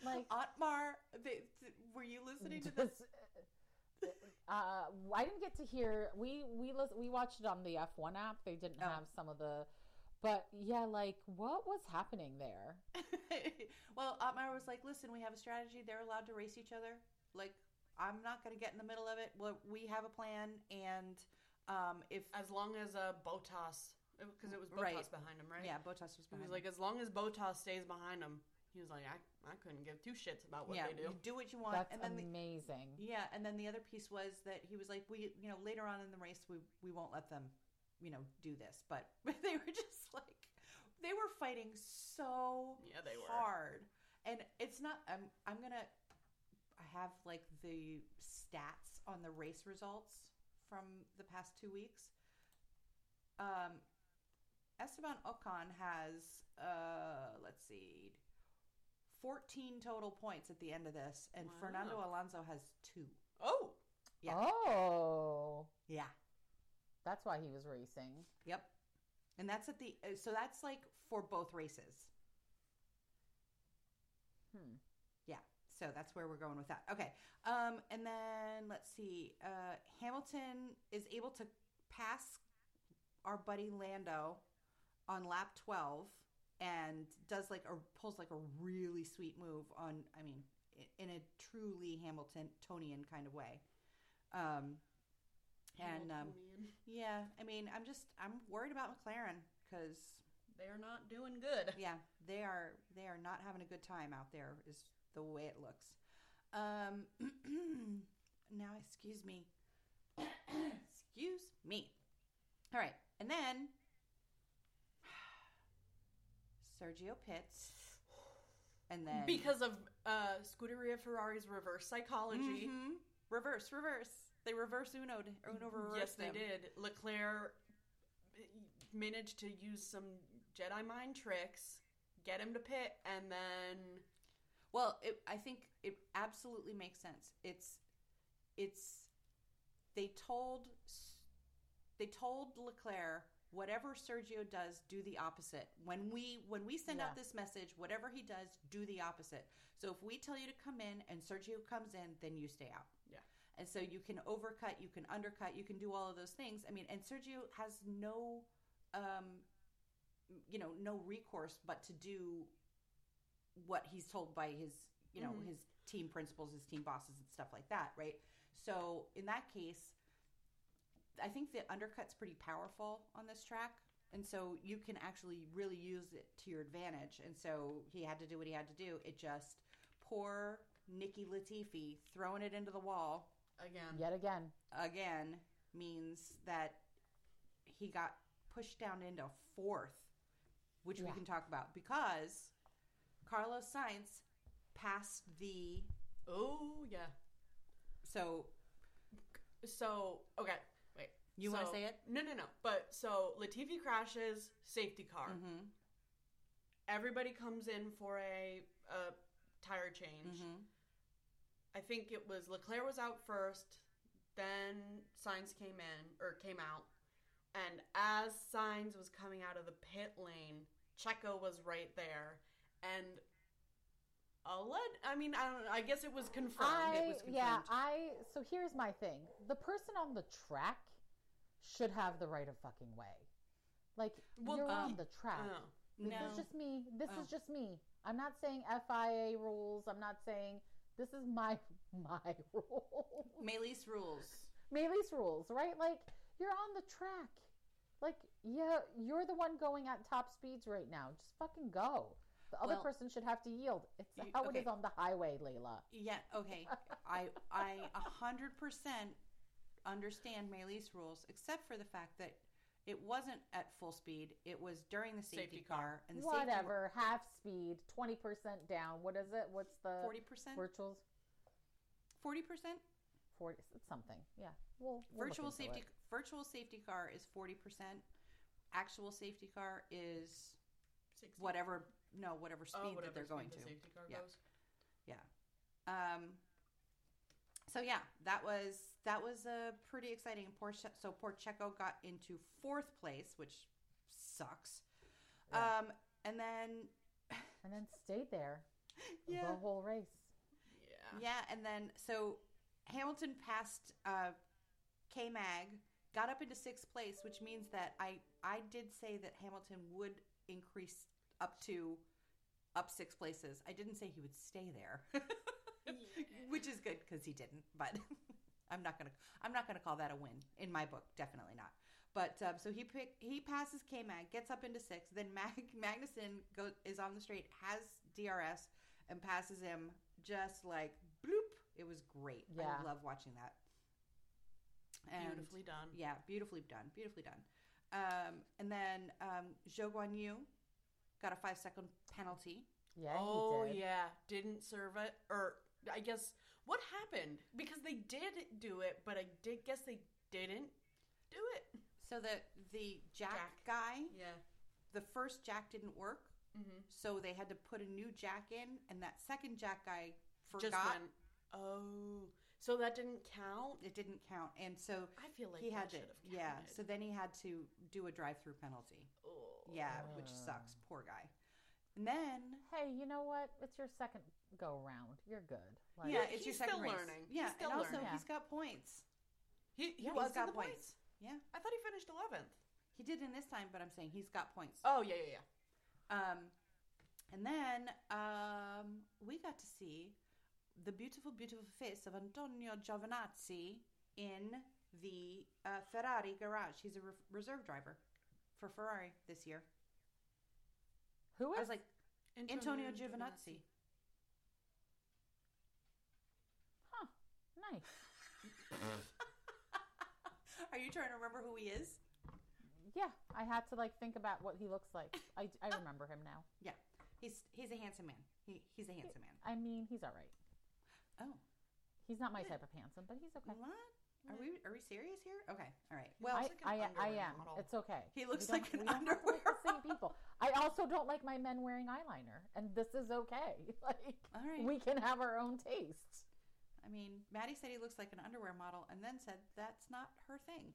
S5: Like,
S3: Otmar, they, th- were you [laughs] listening
S5: [laughs]
S3: to this?
S5: just, uh, I didn't get to hear. We we lis- we watched it on the F1 app. They didn't
S3: Oh.
S5: have some of the, but yeah, like what was happening there?
S3: well, Otmar was like, "Listen, we have a strategy. They're allowed to race each other. Like, I'm not going to get in the middle of it. Well, we have a plan, and um, if
S4: As long as uh, Botas, because it was Botas
S3: Right.
S4: behind him, right?
S3: yeah, Botas was
S4: He
S3: behind.
S4: was like, as long as Botas stays behind him, he was like, I, I couldn't give two shits about what
S3: "Yeah,
S4: they do.
S3: you do what you want."
S5: That's
S3: and then the,
S5: amazing.
S3: yeah, and then the other piece was that he was like, "We, you know, later on in the race, we we won't let them, you know, do this." But [laughs] they were just like, they were fighting so
S4: Yeah, they were.
S3: hard, and it's not. I'm I'm gonna I have like the stats on the race results from the past two weeks. Um, Esteban Ocon has, uh, let's see, 14 total points at the end of this, and
S4: Wow.
S3: Fernando Alonso has two.
S4: Oh,
S3: Yeah.
S5: Oh,
S3: Yeah.
S5: that's why he was racing.
S3: Yep. And that's at the, uh, so that's like for both races.
S5: Hmm.
S3: Yeah. So that's where we're going with that. Okay. Um, and then let's see. Uh, Hamilton is able to pass our buddy Lando on lap 12 and does like a pulls like a really sweet move on I mean i- in a truly Hamiltonian kind of way. Um, and um,
S4: Hamiltonian.
S3: yeah, I mean, I'm just I'm worried about McLaren because
S4: they are not doing good.
S3: yeah, they are they are not having a good time out there is the way it looks. Um [clears throat] now excuse me. [clears throat] excuse me. All right. And then [sighs] Sergio Pitts and then
S4: Because of uh, Scuderia Ferrari's reverse psychology.
S3: Mhm. reverse reverse. They reverse uno uno reverse.
S4: Yes, they
S3: them.
S4: did. Leclerc managed to use some Jedi mind tricks, get him to pit, and then
S3: Well, it, I think it absolutely makes sense. It's, it's, they told, S- they told Leclerc whatever Sergio does, do the opposite. When we when we send out
S5: Yeah.
S3: this message, whatever he does, do the opposite. So if we tell you to come in and Sergio comes in, then you stay out.
S4: Yeah.
S3: And so you can overcut, you can undercut, you can do all of those things. I mean, and Sergio has no um, you know no recourse but to do what he's told by his you know
S4: Mhm.
S3: his team principals his team bosses and stuff like that right so in that case i think the undercut's pretty powerful on this track and so you can actually really use it to your advantage and so he had to do what he had to do it just poor nikki latifi throwing it into the wall Um,
S4: Again.
S5: Yet again.
S3: again means that he got pushed down into fourth, which we
S5: Yeah.
S3: can talk about because Carlos Sainz passed the
S4: Oh yeah.
S3: so
S4: So okay, wait.
S3: You wanna
S4: So-
S3: say it?
S4: No, no, no. But so Latifi crashes, safety car.
S3: mhm,
S4: Everybody comes in for a, a tire change.
S3: mhm.
S4: I think it was Leclerc was out first, then Signs came in or came out, and as Signs was coming out of the pit lane, Checo was right there, and I'll let. I mean, I don't. I guess it was confirmed. it
S5: I
S4: was confirmed.
S5: yeah, I so here's my thing. The person on the track should have the right of fucking way. Like
S4: Well,
S5: you're
S3: um,
S5: on the track.
S4: Oh.
S5: This
S3: No.
S5: is just me. This
S3: Oh.
S5: is just me. I'm not saying FIA rules. I'm not saying this is my [laughs] my rule.
S3: Melis rules.
S5: Melee's rules, right? Like you're on the track. Like yeah, you're the one going at top speeds right now. Just fucking go. The other
S3: Well-
S5: person should have to yield. It's
S3: You-
S5: how it
S3: okay.
S5: is on the highway, Layla.
S3: Yeah, okay. I I a hundred percent understand Melis rules, except for the fact that it wasn't at full speed. It was during the safety,
S4: Safety
S3: car.
S4: car.
S3: and the
S5: Whatever, half speed, twenty percent down. What is it? What's the
S3: forty percent,
S5: virtual
S3: forty percent.
S5: forty it's something? Yeah, we'll, we'll look
S3: virtual
S5: into
S3: safety
S5: it.
S3: virtual safety car is 40% actual safety car is
S4: 60.
S3: whatever no whatever speed
S4: Oh, whatever
S3: that they're
S4: speed
S3: going
S4: the
S3: to
S4: Safety car
S3: Yeah.
S4: goes.
S3: um so yeah that was that was a pretty exciting and poor Che- so poor Checo got into fourth place which sucks
S5: Yeah.
S3: um and then
S5: and then stayed there
S3: yeah
S5: the whole race.
S4: Yeah.
S3: Yeah, and then so Hamilton passed uh, K Mag, got up into sixth place, which means that I I did say that Hamilton would increase up to up six places. I didn't say he would stay
S4: [laughs]
S3: there, which is good because he didn't. But [laughs] I'm not gonna I'm not gonna call that a win in my book. Definitely not. But um, so he pick, he passes K Mag, gets up into sixth. Then Mag, [laughs] Magnuson go, is on the straight, has DRS, and passes him just like bloop. It was great.
S5: Yeah.
S3: I love watching that. And
S4: Beautifully done.
S3: yeah, beautifully done. Beautifully done. Um, and then um, Zhou Guan Yu got a five second penalty.
S5: Yeah,
S4: oh
S5: he did.
S4: yeah, didn't serve it, or I guess what happened because they did do it, but I did guess they didn't do it.
S3: So the the jack,
S4: Jack.
S3: guy,
S4: Yeah.
S3: the first jack didn't work,
S4: Mm-hmm.
S3: so they had to put a new jack in, and that second jack guy forgot.
S4: Just went. Oh, so that didn't count.
S3: it didn't count, and so
S4: I feel like
S3: he had
S4: that
S3: to
S4: should have counted.
S3: yeah. So then he had to do a drive-through penalty.
S4: Oh.
S3: Yeah, which
S5: Oh.
S3: sucks. Poor guy. And then
S5: Hey, you know what? It's your second go round. You're good. Like,
S3: yeah,
S4: He-
S3: it's your
S4: he's still
S3: second race.
S4: learning. He's
S3: Yeah,
S4: still
S3: and also
S4: learning.
S3: he's got points.
S4: He he
S3: Yeah,
S4: was
S3: he's got
S4: in the
S3: points.
S4: points.
S3: Yeah.
S4: I thought he finished eleventh.
S3: He didn't this time, but I'm saying he's got points.
S4: Oh yeah yeah yeah.
S3: Um, and then um, we got to see the beautiful, beautiful face of Antonio Giovinazzi in the uh, Ferrari garage. He's a re- reserve driver for Ferrari this year.
S5: Who is?
S3: I was like, Antonio Giovinazzi.
S5: huh? Nice.
S3: Are you trying to remember who he is?
S5: Yeah, I had to like think about what he looks like. I, I remember him now.
S3: Yeah, he's he's a handsome man. He he's a handsome man.
S5: I mean, he's all right.
S3: Oh,
S5: He's not my type of handsome, but he's okay.
S3: what? Are we are we serious here? Okay, all right. Well,
S5: I,
S4: looks like
S5: I,
S4: an
S5: I
S4: underwear
S5: am.
S4: model.
S5: It's okay.
S3: He
S5: We
S3: looks
S5: don't-
S3: like an
S5: we don't have to like the
S3: underwear
S5: same people. I also don't like my men wearing eyeliner, and this is okay. [laughs] Like
S3: all right.
S5: we can have our own taste.
S3: I mean, Maddie said he looks like an underwear model, and then said that's not her thing.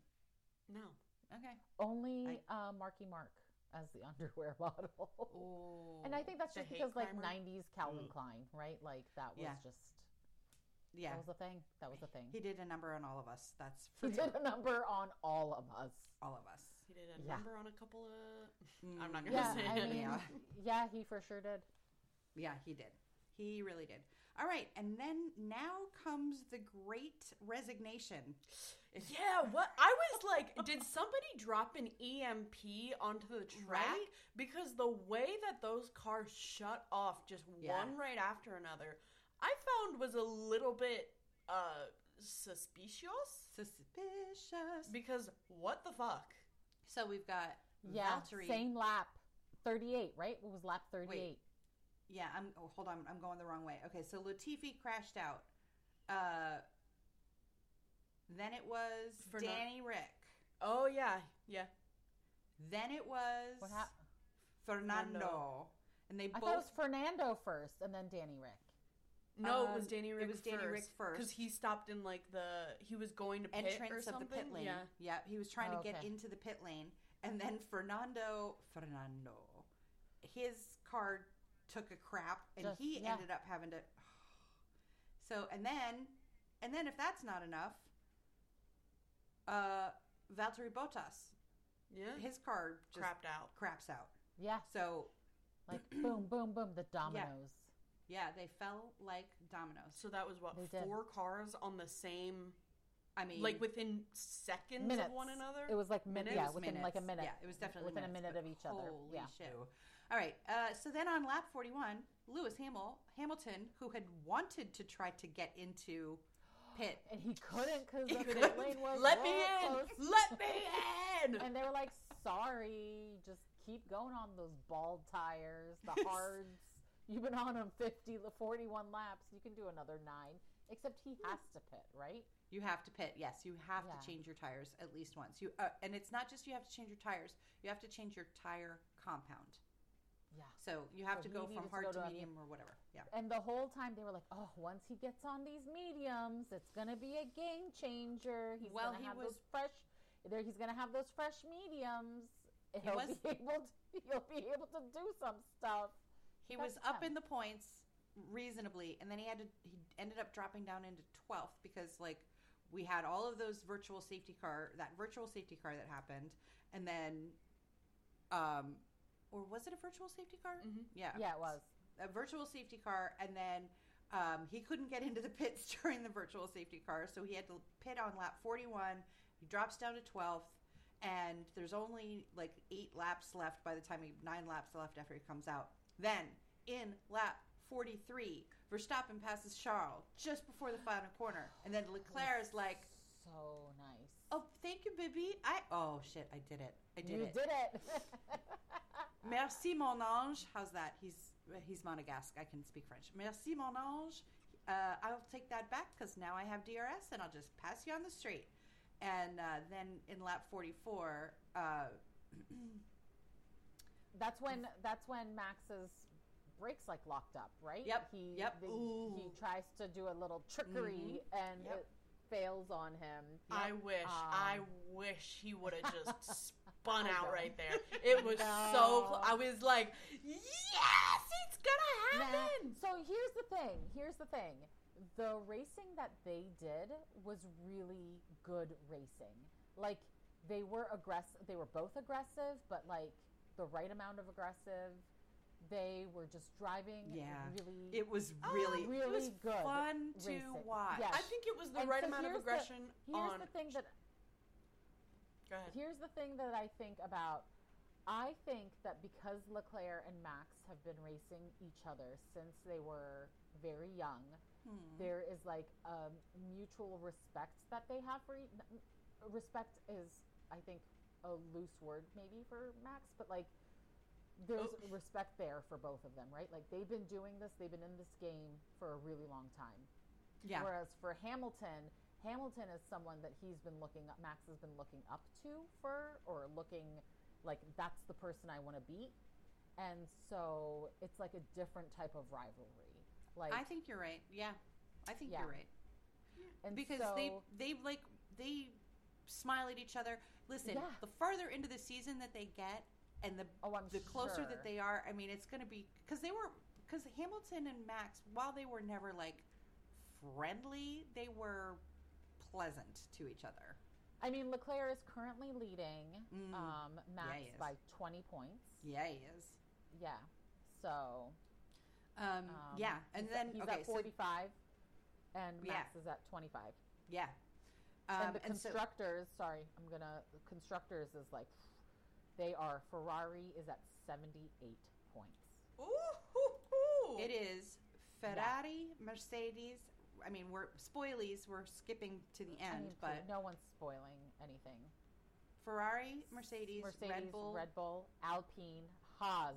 S4: No.
S3: Okay.
S5: Only uh, Marky Mark as the [laughs] underwear model,
S3: Oh.
S5: and I think that's
S4: The
S5: just
S4: hate
S5: because like
S4: crimer?
S5: '90s Calvin
S2: Mm.
S5: Klein, right? Like that was
S3: Yeah.
S5: just
S3: yeah,
S5: that was a thing. That was a thing.
S3: he did a number on all of us. That's
S5: He did
S3: for sure. [laughs]
S5: a number on all of us.
S3: all of us.
S4: He did a
S5: Yeah.
S4: number on a couple of.
S3: Mm,
S4: not gonna
S5: Yeah,
S4: say
S5: I
S4: it.
S5: mean,
S3: Yeah.
S5: yeah, he for sure did.
S3: Yeah, he did. He really did. All right, and then now comes the great resignation.
S4: Yeah, what I
S3: [laughs]
S4: was like, did somebody drop an EMP onto the track?
S3: Right?
S4: Because the way that those cars shut off, just
S3: Yeah.
S4: one right after another, I found was a little bit uh suspicious.
S3: Suspicious.
S4: Because what the fuck?
S3: So we've got
S5: Yeah,
S3: Valtteri.
S5: same lap, thirty-eight. Right? What was lap thirty-eight?
S3: Yeah, I'm. Oh, hold on, I'm going the wrong way. Okay, so Latifi crashed out. Uh, then it was
S4: For not-
S3: Danny Rick.
S4: Oh yeah, yeah.
S3: Then it was
S5: What happened?
S3: Fernando.
S4: Fernando.
S3: and they
S5: I
S3: both.
S5: thought it was Fernando first, and then Danny Rick.
S4: No, it
S3: Um,
S4: was Danny Rick.
S3: it was Danny Rick
S4: because
S3: first.
S4: he stopped in like the he was going to pit or
S3: entrance of the
S4: something.
S3: pit lane.
S4: Yeah,
S3: Yeah, he was trying
S5: Oh,
S3: to get
S5: okay.
S3: into the pit lane, and then Fernando, Fernando, his car took a crap, and
S5: Just-
S3: he
S5: yeah.
S3: ended up having to. [sighs] So and then, and then if that's not enough, uh, Valtteri Bottas,
S4: yeah.
S3: his car just
S4: Crapped out.
S3: craps out.
S5: Yeah,
S3: So
S5: like boom, boom, boom. The dominoes.
S3: yeah, they fell like dominoes.
S4: So that was what
S5: They did.
S4: four cars on the same
S3: I mean,
S4: like within seconds
S5: Minutes.
S4: of one another.
S5: It
S4: [laughs]
S5: was like
S4: Minutes?
S5: minutes. Yeah,
S3: It was
S5: within like a
S3: minutes.
S5: minute.
S3: Yeah, it was definitely
S5: within
S3: minutes,
S5: a minute
S3: but
S5: of each other.
S3: Holy
S5: Yeah.
S3: shit! All right. Uh, so then on lap forty-one, Lewis Hamill Hamilton, who had wanted to try to get into pit,
S5: And he couldn't because the
S4: Couldn't.
S5: pit lane was
S4: Let me
S5: real
S4: in! [laughs]
S5: close.
S4: Let
S5: [laughs]
S4: me in!
S5: And they were like, "Sorry, just keep going on those bald tires, the hards. You've been on them 50, 41 laps. You can do another nine. Except he has to pit, right?
S3: you have to pit. Yes, you have
S5: Yeah.
S3: to change your tires at least once. You uh, and it's not just you have to change your tires; you have to change your tire compound.
S5: Yeah.
S3: So you have
S5: So
S3: to
S5: he
S3: go
S5: needed
S3: from
S5: to
S3: hard
S5: go
S3: to
S5: to a-
S3: medium or whatever. Yeah.
S5: And the whole time they were like, "Oh, once he gets on these mediums, it's gonna be a game changer. He's
S3: Well,
S5: gonna
S3: he
S5: have
S3: was-
S5: those fresh. There, he's gonna have those fresh mediums. He'll
S3: was-
S5: be [laughs] able. To, he'll be able to do some stuff.
S3: He
S5: That's
S3: was up
S5: fun.
S3: in the points reasonably, and then he had to. He ended up dropping down into twelfth because like we had all of those virtual safety car that virtual safety car that happened, and then, um, or was it a virtual safety car?
S4: Mhm.
S3: Yeah,
S5: Yeah, it was.
S3: a virtual safety car, and then. Um, he couldn't get into the pits [laughs] during the virtual safety car, so he had to pit on lap 41. He drops down to 12th, and there's only like eight laps left by the time he nine laps left after he comes out. Then in lap 43, Verstappen passes Charles just before the final corner, and then Leclerc is like,
S5: So nice.
S3: "Oh, thank you, baby. I oh shit, I did it. I did
S5: you
S3: it.
S5: did it. [laughs]
S3: Merci, mon ange. How's that? He's he's Monegasque. I can speak French. Merci, mon ange. Uh, I'll take that back because now I have DRS and I'll just pass you on the street. And uh, then in lap 44, uh,
S5: that's when. That's when Max's brakes like locked up, right?
S3: Yep,
S5: He,
S3: yep. Mm-hmm.
S5: the- he
S4: Ooh.
S5: tries to do a little trickery, and
S3: yep.
S5: it fails on him.
S4: I
S5: Yep.
S4: wish, I
S5: Um,
S4: wish he would have
S5: [laughs]
S4: just spun out
S5: know.
S4: right
S5: [laughs]
S4: there. It was so. Cl-
S5: No.
S4: I was like, yes, it's gonna
S5: Nah.
S4: happen.
S5: So here's the thing. Here's the thing. The racing that they did was really good racing. Like they were aggressive. They were both aggressive, but like the right amount of aggressive. They were just driving.
S3: Yeah.
S5: Really.
S3: it was
S4: Oh,
S3: really,
S5: really
S3: it was
S5: good
S3: fun to
S5: racing.
S3: watch.
S5: Yeah.
S4: I think it was the
S5: And
S4: right
S5: so
S4: amount of
S5: here's the-
S4: aggression
S5: here's
S4: on.
S5: the thing that
S4: Go ahead.
S5: Here's the thing that I think about. I think that because Leclerc and Max have been racing each other since they were very young,
S3: Hmm.
S5: there is like a mutual respect that they have for each. Respect is, I think, a loose word maybe for Max, but like there's
S4: Oh.
S5: respect there for both of them, right? Like they've been doing this, they've been in this game for a really long time.
S3: Yeah.
S5: Whereas for Hamilton, Hamilton is someone that he's been looking up, Max has been looking up to for, or looking like that's the person I want to beat. And so it's like a different type of rivalry. Like,
S3: I think you're right. Yeah. I think
S5: Yeah.
S3: you're right.
S5: and
S3: because
S5: so,
S3: they they like they smile at each other. Listen,
S5: Yeah.
S3: the farther into the season that they get, and the
S5: oh, I'm
S3: the closer
S5: sure.
S3: that they are, I mean, it's going to be because they were because Hamilton and Max, while they were never like friendly, they were pleasant to each other.
S5: I mean, Leclerc is currently leading
S3: Mm.
S5: um, Max
S3: he is.
S5: by 20 points.
S3: yeah, he is.
S5: Yeah. So
S3: Um,
S5: um,
S3: yeah, and
S5: he's at-
S3: then
S5: he's
S3: okay,
S5: at 45, and
S3: Yeah.
S5: Max is at 25.
S3: so yeah, um,
S5: and the
S3: so-
S5: constructors, sorry, I'm gonna the constructors is like they are Ferrari is at 78 points.
S4: Ooh,
S3: It is Ferrari, Mercedes. I mean, we're spoilies. We're skipping to the
S5: I
S3: end,
S5: mean,
S3: but
S5: no one's spoiling anything.
S3: Ferrari, Mercedes,
S5: Mercedes,
S3: Red Bull.
S5: Alpine, Haas.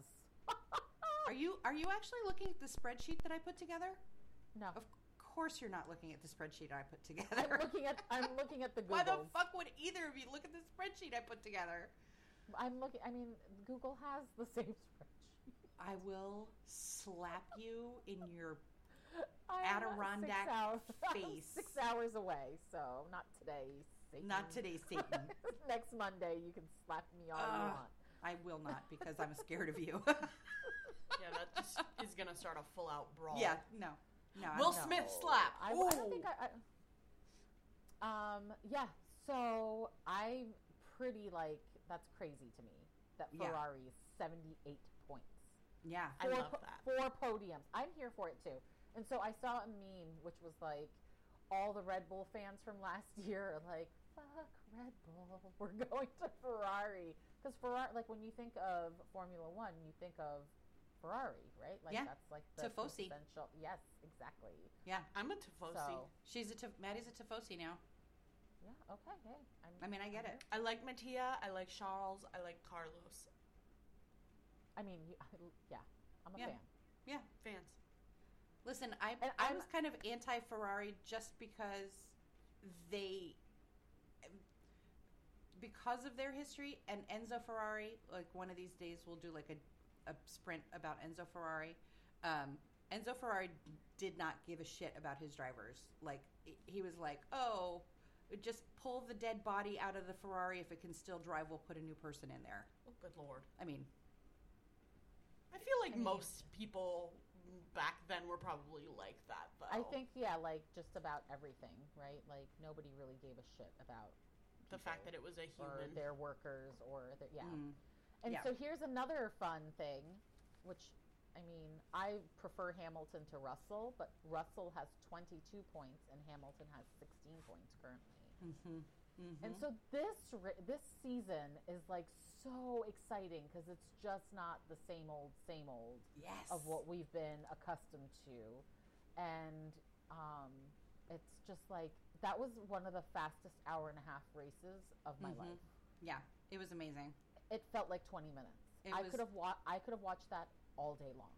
S3: Are you are you actually looking at the spreadsheet that I put together?
S5: No,
S3: Of course, you're not looking at the spreadsheet I put
S5: I'm
S3: together.
S5: looking at I'm looking at the Google.
S3: [laughs] Why the fuck would either of you look at the spreadsheet I put together?
S5: I'm looking. I mean, Google has the [laughs] same spreadsheet.
S3: I will slap you in your.
S5: I'm
S3: Adirondack
S5: six hours, [laughs] I'm
S3: face.
S5: six hours away, so not today. Satan.
S3: [laughs] Not [laughs] today, Satan.
S5: [laughs] Next Monday, you can slap me all you
S3: Ugh.
S5: want.
S3: I will not because I'm scared of [laughs] you.
S4: yeah, that
S5: [laughs]
S4: just is gonna start a full out brawl.
S3: yeah, no, no. I'm
S4: Will
S3: not.
S4: Smith slap.
S5: I, I
S4: Ooh.
S5: don't think I, I. Um. Yeah. So I'm pretty like that's crazy to me that
S3: Yeah.
S5: Ferrari is 78 points.
S3: Yeah,
S4: I
S5: Four
S4: love
S5: po-
S4: that.
S5: Four podiums. I'm here for it too. And so I saw a meme which was like, all the Red Bull fans from last [laughs] year are like, "Fuck Red Bull, we're [laughs] going to Ferrari." Because Ferrari, like when you think of Formula One, you think of Ferrari, right? Like
S3: Yeah.
S5: that's like the
S3: Tifosi.
S5: essential. Yes, exactly.
S4: I'm a tifosi.
S5: So
S3: she's a tif Maddie's a tifosi now.
S5: yeah, okay, hey, I'm,
S3: I mean, I get it.
S4: I like Mattia. I like Charles. I like Carlos.
S5: I mean, you- [laughs] yeah, I'm a
S3: Yeah.
S5: fan.
S4: Fans.
S3: Listen, I
S5: And
S3: I
S5: I'm-
S3: was kind of anti Ferrari just because they because of their history and Enzo Ferrari. Like one of these days, we'll do like a a sprint about Enzo Ferrari. Um, Enzo Ferrari did not give a shit about his drivers. Like he- he was like, oh. Just pull the dead body out of the Ferrari. If it can still drive, we'll put a new person in there.
S4: Oh, good lord.
S3: I mean,
S4: I feel like
S5: I mean-
S4: most people back then were probably like that, though.
S3: Oh.
S5: I think yeah, like just about everything, right? Like nobody really gave a shit about
S4: the fact that it was a
S5: or
S4: human.
S5: their workers or their, yeah.
S3: mm,
S5: And
S3: Yeah.
S5: so here's another fun thing, which I mean, I prefer Hamilton to Russell, but Russell has 22 points and Hamilton has 16 points currently.
S3: mhm, mhm.
S5: And so this ri- this season is like so exciting because it's just not the same old same old
S3: yes,
S5: of what we've been accustomed to, and um, it's just like that was one of the fastest hour and a half races of my
S3: Mhm.
S5: life.
S3: yeah, it was amazing.
S5: It felt like 20 minutes.
S3: It
S5: I
S3: was-
S5: could have wa- I could have watched that all day long.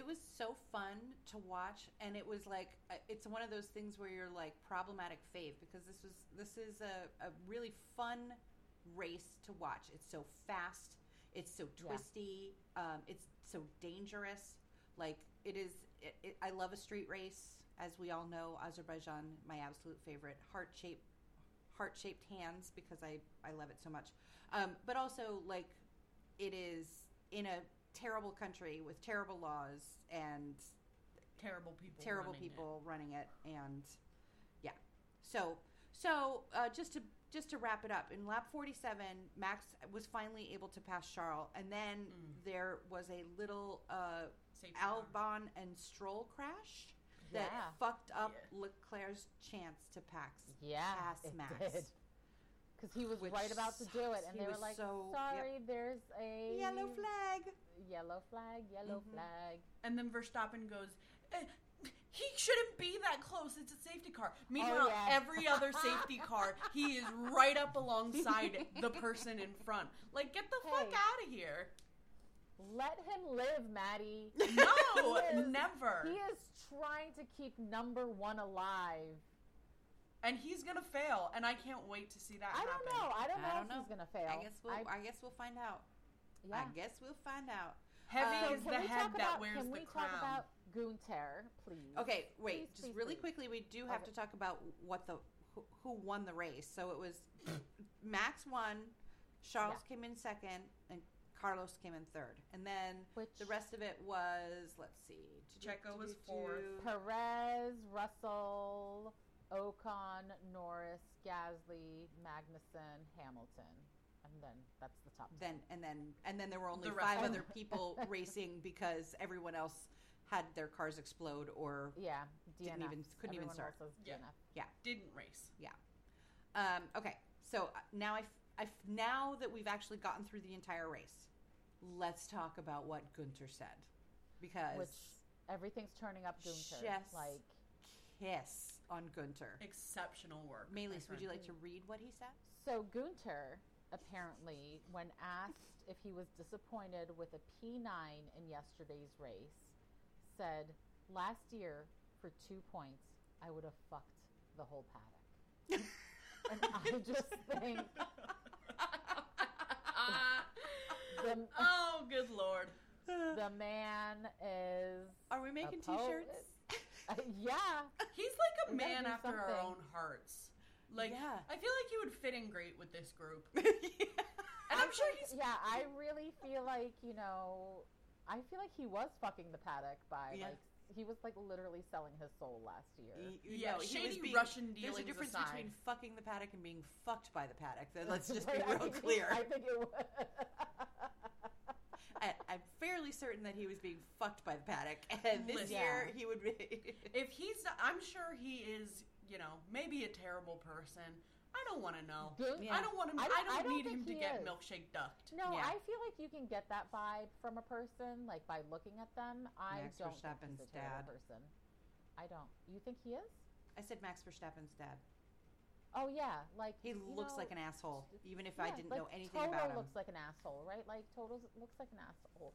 S3: it was so fun to watch and it was like uh, it's one of those things where you're like problematic fave because this was this is a, a really fun race to watch it's so fast it's so
S5: Yeah.
S3: twisty um, it's so dangerous like it is it, it, i love a street race as we all know azerbaijan my absolute favorite heart shaped heart shaped hands because i i love it so much um, but also like it is in a terrible country with terrible laws and
S4: terrible people.
S3: terrible
S4: running it.
S3: people running it and yeah so so uh, just to just to wrap it up in lap 47 max was finally able to pass charles and then
S4: Mm.
S3: there was a little uh,
S4: Safety car.
S3: albon and stroll crash that
S5: Yeah.
S3: fucked up
S4: Yeah.
S3: leclerc's chance to pax
S5: Yeah,
S3: pass
S5: it
S3: max
S5: did. Because he was
S3: Which
S5: right about to do it,
S3: sucks.
S5: and
S3: He
S5: they were
S3: was
S5: like,
S3: so- yep.
S5: "Sorry, there's a
S3: yellow flag
S5: yellow flag, yellow
S3: Mhm.
S5: flag."
S4: And then Verstappen goes, "Eh, he shouldn't be that close. It's a safety car. Meanwhile,
S5: Oh, yeah.
S4: every other
S5: [laughs]
S4: safety car, he is right up alongside the person in front. Like, get the fuck
S5: Hey.
S4: out of here.
S5: Let him live, Maddie.
S4: No,
S5: [laughs] He is-
S4: never.
S5: He is trying to keep number one alive.
S4: and he's going to fail. And I can't wait to see that
S5: I
S4: happen.
S5: don't know. I don't
S3: I
S5: know
S3: don't
S5: if
S3: know.
S5: he's gonna fail.
S3: i guess we'll I, guess we'll find out
S5: yeah.
S3: i guess we'll find out
S4: Heavy
S3: Um,
S4: is
S5: Uh, Can
S4: the
S5: we
S4: head that
S5: talk about,
S4: wears
S5: can
S4: the
S5: we
S4: crown.
S5: talk about Gunter, please?
S3: Okay, wait,
S5: Please,
S3: just
S5: please,
S3: really
S5: please.
S3: quickly, we do have
S5: Okay.
S3: to talk about what the who, who won the race. So it was [coughs] Max won, Charles came in second, and Carlos came in third, and then
S5: Which
S3: the rest of it was let's see,
S4: Checo was fourth.
S5: Perez, Russell, Ocon, Norris, Gasly, Magnuson, Hamilton, and then that's the top.
S3: Then and then and then there were only
S4: The rest
S3: five
S5: of
S3: other
S5: them.
S3: people racing because everyone else had their cars explode or
S5: Yeah, DNF.
S3: Didn't even- couldn't even
S5: Everyone
S3: start.
S5: else is
S4: Yeah.
S5: DNF.
S4: Didn't race.
S3: Um, okay, so uh, now I, f- I f- now that we've actually gotten through the entire race, let's talk about what Gunter said because
S5: Which everything's turning up Gunter.
S3: Yes.
S5: Like
S3: kiss on Gunter.
S4: Exceptional work. my
S3: Melis, would
S4: friend. [laughs]
S3: you like to read what he said?
S5: so, Gunter apparently, when asked if he was disappointed with a P9 in yesterday's race, said, "Last year, for two points, I would have fucked the whole paddock." and I just think the,
S4: [laughs] oh, good lord.
S5: the man is
S3: Are we making
S5: Uh, poet.
S3: T-shirts?
S5: yeah
S4: He's like a
S5: We gotta
S4: man
S5: do
S4: after our own
S5: something.
S4: hearts. Like,
S3: Yeah.
S4: I feel like he would fit in great with this group.
S3: [laughs]
S4: And
S5: I
S4: I'm sure
S5: think-
S4: he's.
S5: yeah i really feel like you know i feel like he was fucking the paddock by
S3: Yeah.
S5: like he was like literally selling his soul last year
S3: Y- you
S4: Yeah,
S3: know, he was
S4: shady
S3: being-
S4: Russian
S3: There's
S4: dealings
S3: a difference
S4: aside.
S3: between fucking the paddock and being fucked by the paddock. Then Let's just
S5: [laughs]
S3: be
S5: But I
S3: real
S5: think-
S3: clear.
S5: i think it was
S3: I, I'm fairly certain that he was being fucked by the paddock, and this
S4: Listen.
S3: year he would be. [laughs]
S4: If he's, not, I'm sure he is. You know, maybe a terrible person. I don't want to know.
S5: Gun-
S3: Yeah.
S4: I don't want him. I
S5: I don't-
S4: don't,
S5: I don't
S4: need
S5: think
S4: him to
S5: he
S4: get
S5: is.
S4: milkshake ducked.
S5: no
S3: Yeah.
S5: i feel like you can get that vibe from a person like by looking at them i
S3: Max
S5: don't think he's a
S3: Verstappen's
S5: terrible
S3: dad.
S5: person i don't you think he is
S3: I said Max Verstappen's dad.
S5: oh yeah like
S3: He
S5: you
S3: looks
S5: know,
S3: like an asshole, even if I
S5: Yeah,
S3: didn't
S5: like,
S3: know anything
S5: Toto
S3: about him.
S5: looks like an asshole, right? Like Total looks like an asshole.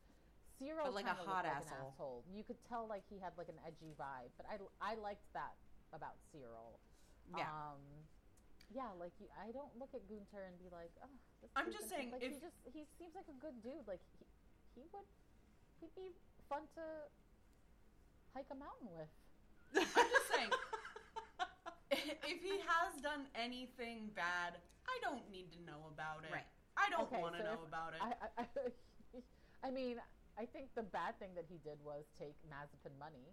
S5: Zero,
S3: But like a
S5: kinda
S3: hot
S5: looked like An
S3: asshole.
S5: asshole. You could tell like he had like an edgy vibe, but I I liked that about Cyril.
S3: [laughs] yeah.
S5: Um, yeah, like you, I don't look at Gunter and be like, oh, this
S4: I'm
S5: dude
S4: just
S5: can-
S4: saying
S5: like, he
S4: if-
S5: just he seems like a good dude. Like he, he would he'd be fun to hike a mountain with.
S4: I'm just saying. [laughs] if he has done anything bad, I don't need to know about it.
S3: Right.
S4: I don't
S5: Okay,
S4: want to
S5: so
S4: know
S5: if
S4: about it.
S5: I, I, I, [laughs] I mean, I think the bad thing that he did was take Mazepin money.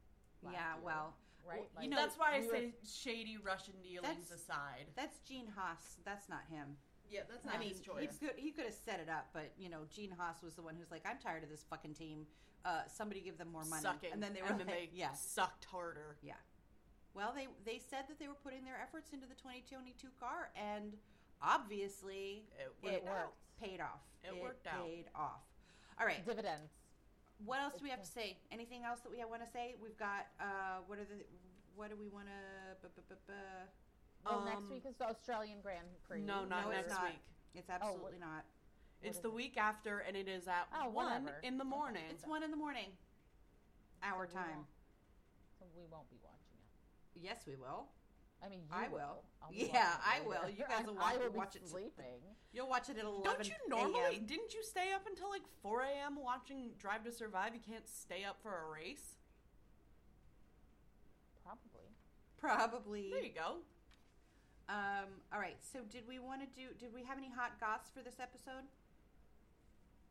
S5: last
S3: yeah,
S5: year,
S3: well,
S5: right?
S3: well, you know,
S4: That's why I
S5: we were-
S4: say shady Russian dealings
S3: That's-
S4: aside.
S3: that's Gene Haas. That's not him.
S4: Yeah, that's
S3: I mean, he could, he could have set it up, but, you know, Gene Haas was the one who's like, I'm tired of this fucking team. Uh, somebody give them more money.
S4: Sucking,
S3: And then they were
S4: and
S3: like,
S4: then they
S3: [laughs] yeah.
S4: sucked harder.
S3: Well, they, they said that they were putting their efforts into the 2022 car, and obviously
S4: It
S3: it,
S4: worked.
S5: worked.
S3: paid off.
S4: It worked out.
S3: paid off. All right.
S5: dividends.
S3: What else do we have to say? Anything else that we want to say? We've got uh, what are the what do we want to?
S5: Well, next
S4: Um,
S5: week is the Australian Grand Prix.
S4: No, not
S3: No, it's
S4: next
S3: not.
S4: week.
S3: It's absolutely not.
S4: It's
S5: is
S4: the
S5: it?
S4: week after, and it is at
S5: Oh,
S4: one
S5: whatever.
S4: in the
S5: Okay.
S4: morning.
S3: It's one in the morning, our
S5: We
S3: time.
S5: won't- So we won't be watching it.
S3: Yes, we will.
S5: I mean, you
S3: I will.
S5: will. I'll be
S3: Yeah,
S5: watching
S3: I
S5: it
S3: will.
S5: [laughs] later.
S3: You guys will
S5: I
S3: watch-
S5: will be
S3: watch it.
S5: sleeping.
S3: You'll watch it at eleven.
S4: Don't you normally?
S3: a.m..
S4: Didn't you stay up until like 4 a.m. watching Drive to Survive? You can't stay up for a race.
S5: Probably.
S3: Probably.
S4: There you go.
S3: Um. All right. So, did we want to do? Did we have any hot goss for this episode?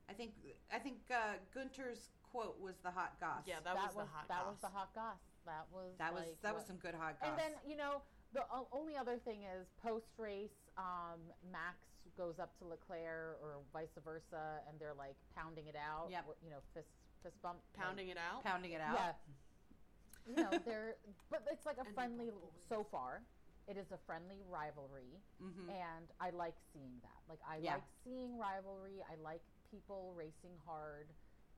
S3: I think I think uh, Gunter's quote was the hot goss.
S4: Yeah, that, was, the hot.
S5: that
S4: goss.
S5: was the hot goss. That was
S3: that was
S5: like
S3: that
S5: what-
S3: was some good hot goss.
S5: And then you know the o- only other thing is post race, um, Max goes up to Leclerc or vice versa, and they're like pounding it out.
S3: Yep.
S5: You know, fist fist bump. like,
S4: pounding it out.
S3: pounding it out.
S5: Yeah. You
S3: [laughs]
S5: know, they're but it's like a
S4: And they
S5: friendly
S4: both believe.
S5: so far. It is a friendly rivalry
S3: Mm-hmm.
S5: and I like seeing that. Like I
S3: Yeah.
S5: like seeing rivalry. I like people racing hard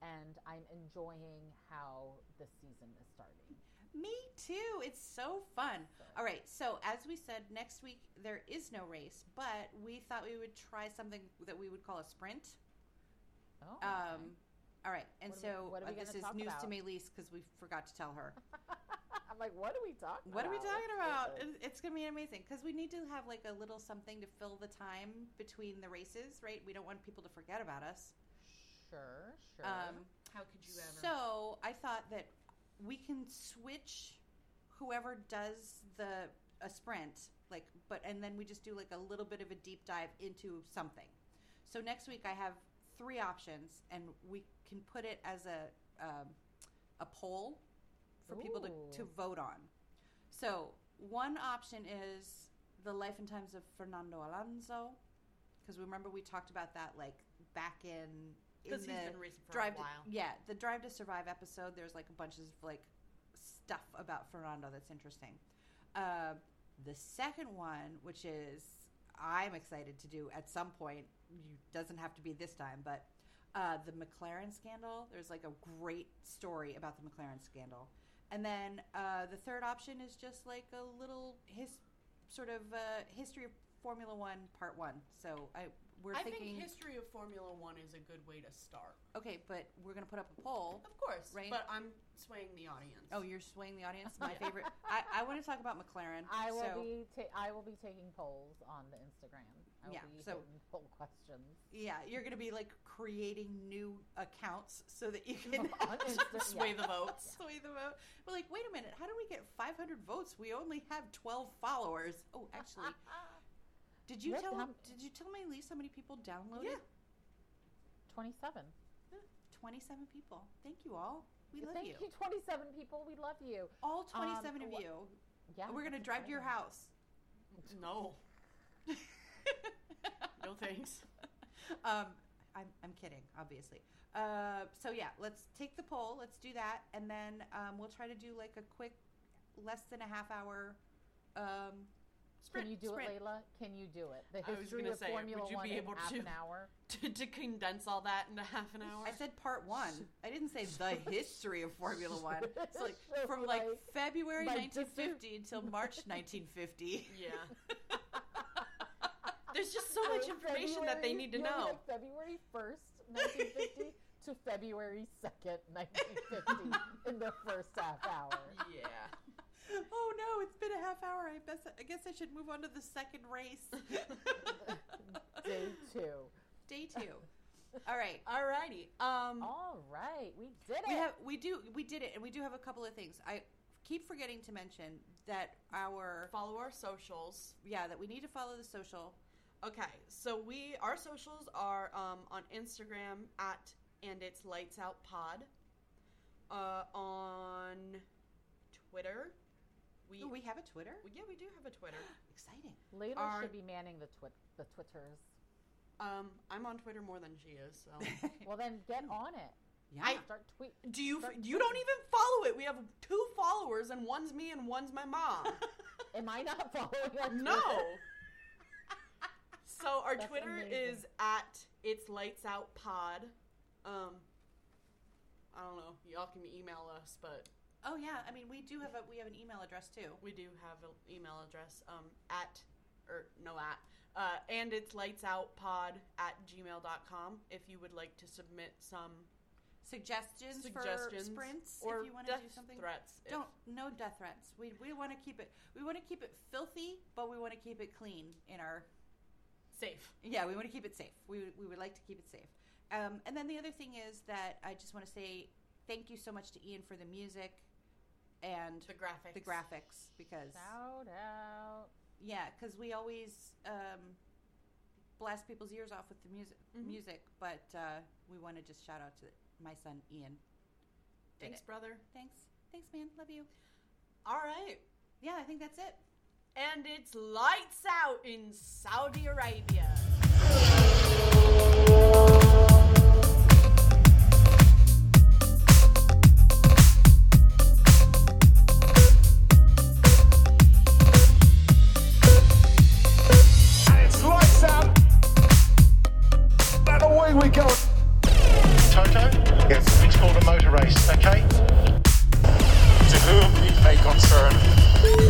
S5: and I'm enjoying how the season is starting.
S3: Me too. It's so fun. All right. So, as we said, next week there is no race, but we thought we would try something that we would call a sprint.
S5: Oh, okay.
S3: Um, all right. And
S5: What are we-
S3: so,
S5: what are we
S3: uh,
S5: gonna
S3: this is
S5: talk
S3: news to
S5: about?
S3: Melise because we forgot to tell
S5: [laughs]
S3: her.
S5: [laughs] I'm like, what are we talking
S3: What are
S5: about?
S3: we talking
S5: Let's
S3: about?
S5: do this.
S3: It- It's going to be amazing because we need to have like a little something to fill the time between the races, right? We don't want people to forget about us.
S5: Sure, sure.
S3: Um,
S4: How could you ever?
S3: So I thought that we can switch whoever does the a sprint, like, but and then we just do like a little bit of a deep dive into something. So next week I have three options, and we can put it as a um, a poll for people to, to
S5: Ooh.
S3: vote on. So One option is the life and times of Fernando Alonso, because remember we talked about that like back in in
S4: Because
S3: the
S4: he's been recent for
S3: Drive
S4: a
S3: to,
S4: while.
S3: yeah, the Drive to Survive episode. There's like a bunch of like stuff about Fernando that's interesting. Uh, the second one, which is I'm excited to do at some point, you, doesn't have to be this time, but uh, the McLaren scandal. There's like a great story about the McLaren scandal, and then uh, the third option is just like a little his sort of uh, history of Formula One Part One. So I we're
S4: I
S3: thinking
S4: think history of Formula One is a good way to start.
S3: okay, but we're gonna put up a poll.
S4: Of course,
S3: Right.
S4: But I'm swaying the audience.
S3: Oh, you're swaying the audience. My
S5: Yeah. [laughs]
S3: favorite. I, I want to talk about McLaren.
S5: I will
S3: so,
S5: be ta- I will be taking polls on the Instagram. I will
S3: Yeah,
S5: be
S3: so-
S5: hitting poll questions
S3: Yeah, you're going to be like creating new accounts so that you
S5: [laughs]
S3: can
S5: on Instagram.
S4: sway the votes.
S3: [laughs] sway the vote. But like, wait a minute, how do we get 500 votes? We only have 12 followers. Oh,
S5: Uh, [laughs]
S3: actually, did you
S5: Yep,
S3: tell
S5: um,
S3: did you tell my Elise how many people downloaded?
S4: Yeah.
S5: 27.
S3: 27 people. Thank you all. We love
S5: Thank
S3: you.
S5: [laughs] 27 people. We love you.
S3: All 27
S5: Um,
S3: of
S5: wha-
S3: you.
S5: Yeah.
S3: We're going to
S5: that's
S3: drive to your
S5: exciting.
S3: house. [laughs]
S4: No, no [laughs] thanks.
S3: [laughs] um, I'm, I'm kidding, obviously. Uh, so yeah, let's take the poll. Let's do that, and then um, we'll try to do like a quick, less than a half hour. Um,
S5: Can you do it, Layla? Can you do it? The
S4: I was
S5: history
S4: gonna
S5: of
S4: say,
S5: Formula
S4: would you
S5: One
S4: be
S5: in
S4: able
S5: half
S4: to?
S5: an
S4: [laughs]
S5: hour.
S4: to, to condense all that into half an hour.
S3: I said part one. I didn't say the history of Formula One. It's like
S5: [laughs] So,
S3: from like
S5: like,
S3: February
S5: like,
S3: 1950 until March 1950.
S4: yeah. [laughs] There's just so much
S5: From
S4: information that they
S5: February-
S4: need to
S5: you have,
S4: know.
S5: like, February 1st, 1950 to February [laughs] 2nd, 1950 in the first half
S4: [laughs]
S5: hour. [laughs]
S4: Yeah.
S3: oh no, it's been a half hour. I guess I guess I should move on to the second race.
S5: Day two.
S3: Day two. All right.
S4: Alrighty. Um.
S5: All right. We did it.
S3: we have we do we did it and we do have a couple of things i keep forgetting to mention that our
S4: follow our socials.
S3: yeah that we need to follow the social
S4: Okay, so we our socials are um, on Instagram at and it's lights out pod. Uh, on Twitter, we,
S3: Ooh, we have a twitter
S4: we- yeah we do have a
S3: [gasps]
S4: Twitter.
S3: exciting
S5: Layla
S4: our-
S5: should be manning the, twi- the Twitters.
S4: Um, I'm on Twitter more than she is. So
S3: [laughs]
S5: Well, then get on it.
S3: yeah
S4: Mm. I-
S5: Start tweet. [laughs]
S4: do you you don't even follow it? We have two followers and one's me and one's my
S3: [laughs]
S4: mom.
S5: Am I not following on
S4: No.
S5: Twitter?
S4: So our
S5: That's
S4: Twitter
S5: amazing.
S4: is at it's lights out pod. Um, I don't know. Y'all can email us, but
S3: oh yeah i mean we do have a we have an email address too
S4: we do have an email address. Um, at or no at. Uh, and it's lights out pod at gmail.com if you would like to submit some
S3: suggestions, for
S4: suggestions
S3: sprints
S4: or
S3: if you want to
S4: death
S3: do something
S4: threats. if-
S3: don't no death threats we, we want to keep it we want to keep it filthy but we want to keep it clean in our
S4: safe.
S3: Yeah, we want to keep it safe. We, we would like to keep it safe. Um, and then the other thing is that I just want to say thank you so much to Ian for the music and
S4: The graphics.
S3: the graphics because
S5: Shout out.
S3: yeah, because we always um, blast people's ears off with the music
S4: Mhm.
S3: music, but uh, we want to just shout out to my son Ian. Did
S4: Thanks,
S3: it.
S4: brother.
S3: Thanks, thanks, man. Love you.
S4: All right.
S3: Yeah, I think that's it.
S4: And it's lights out in Saudi Arabia.
S1: It's lights out. And away we go.
S2: Toto? Yes. It's called a motor race, okay?
S1: To whom it may concern.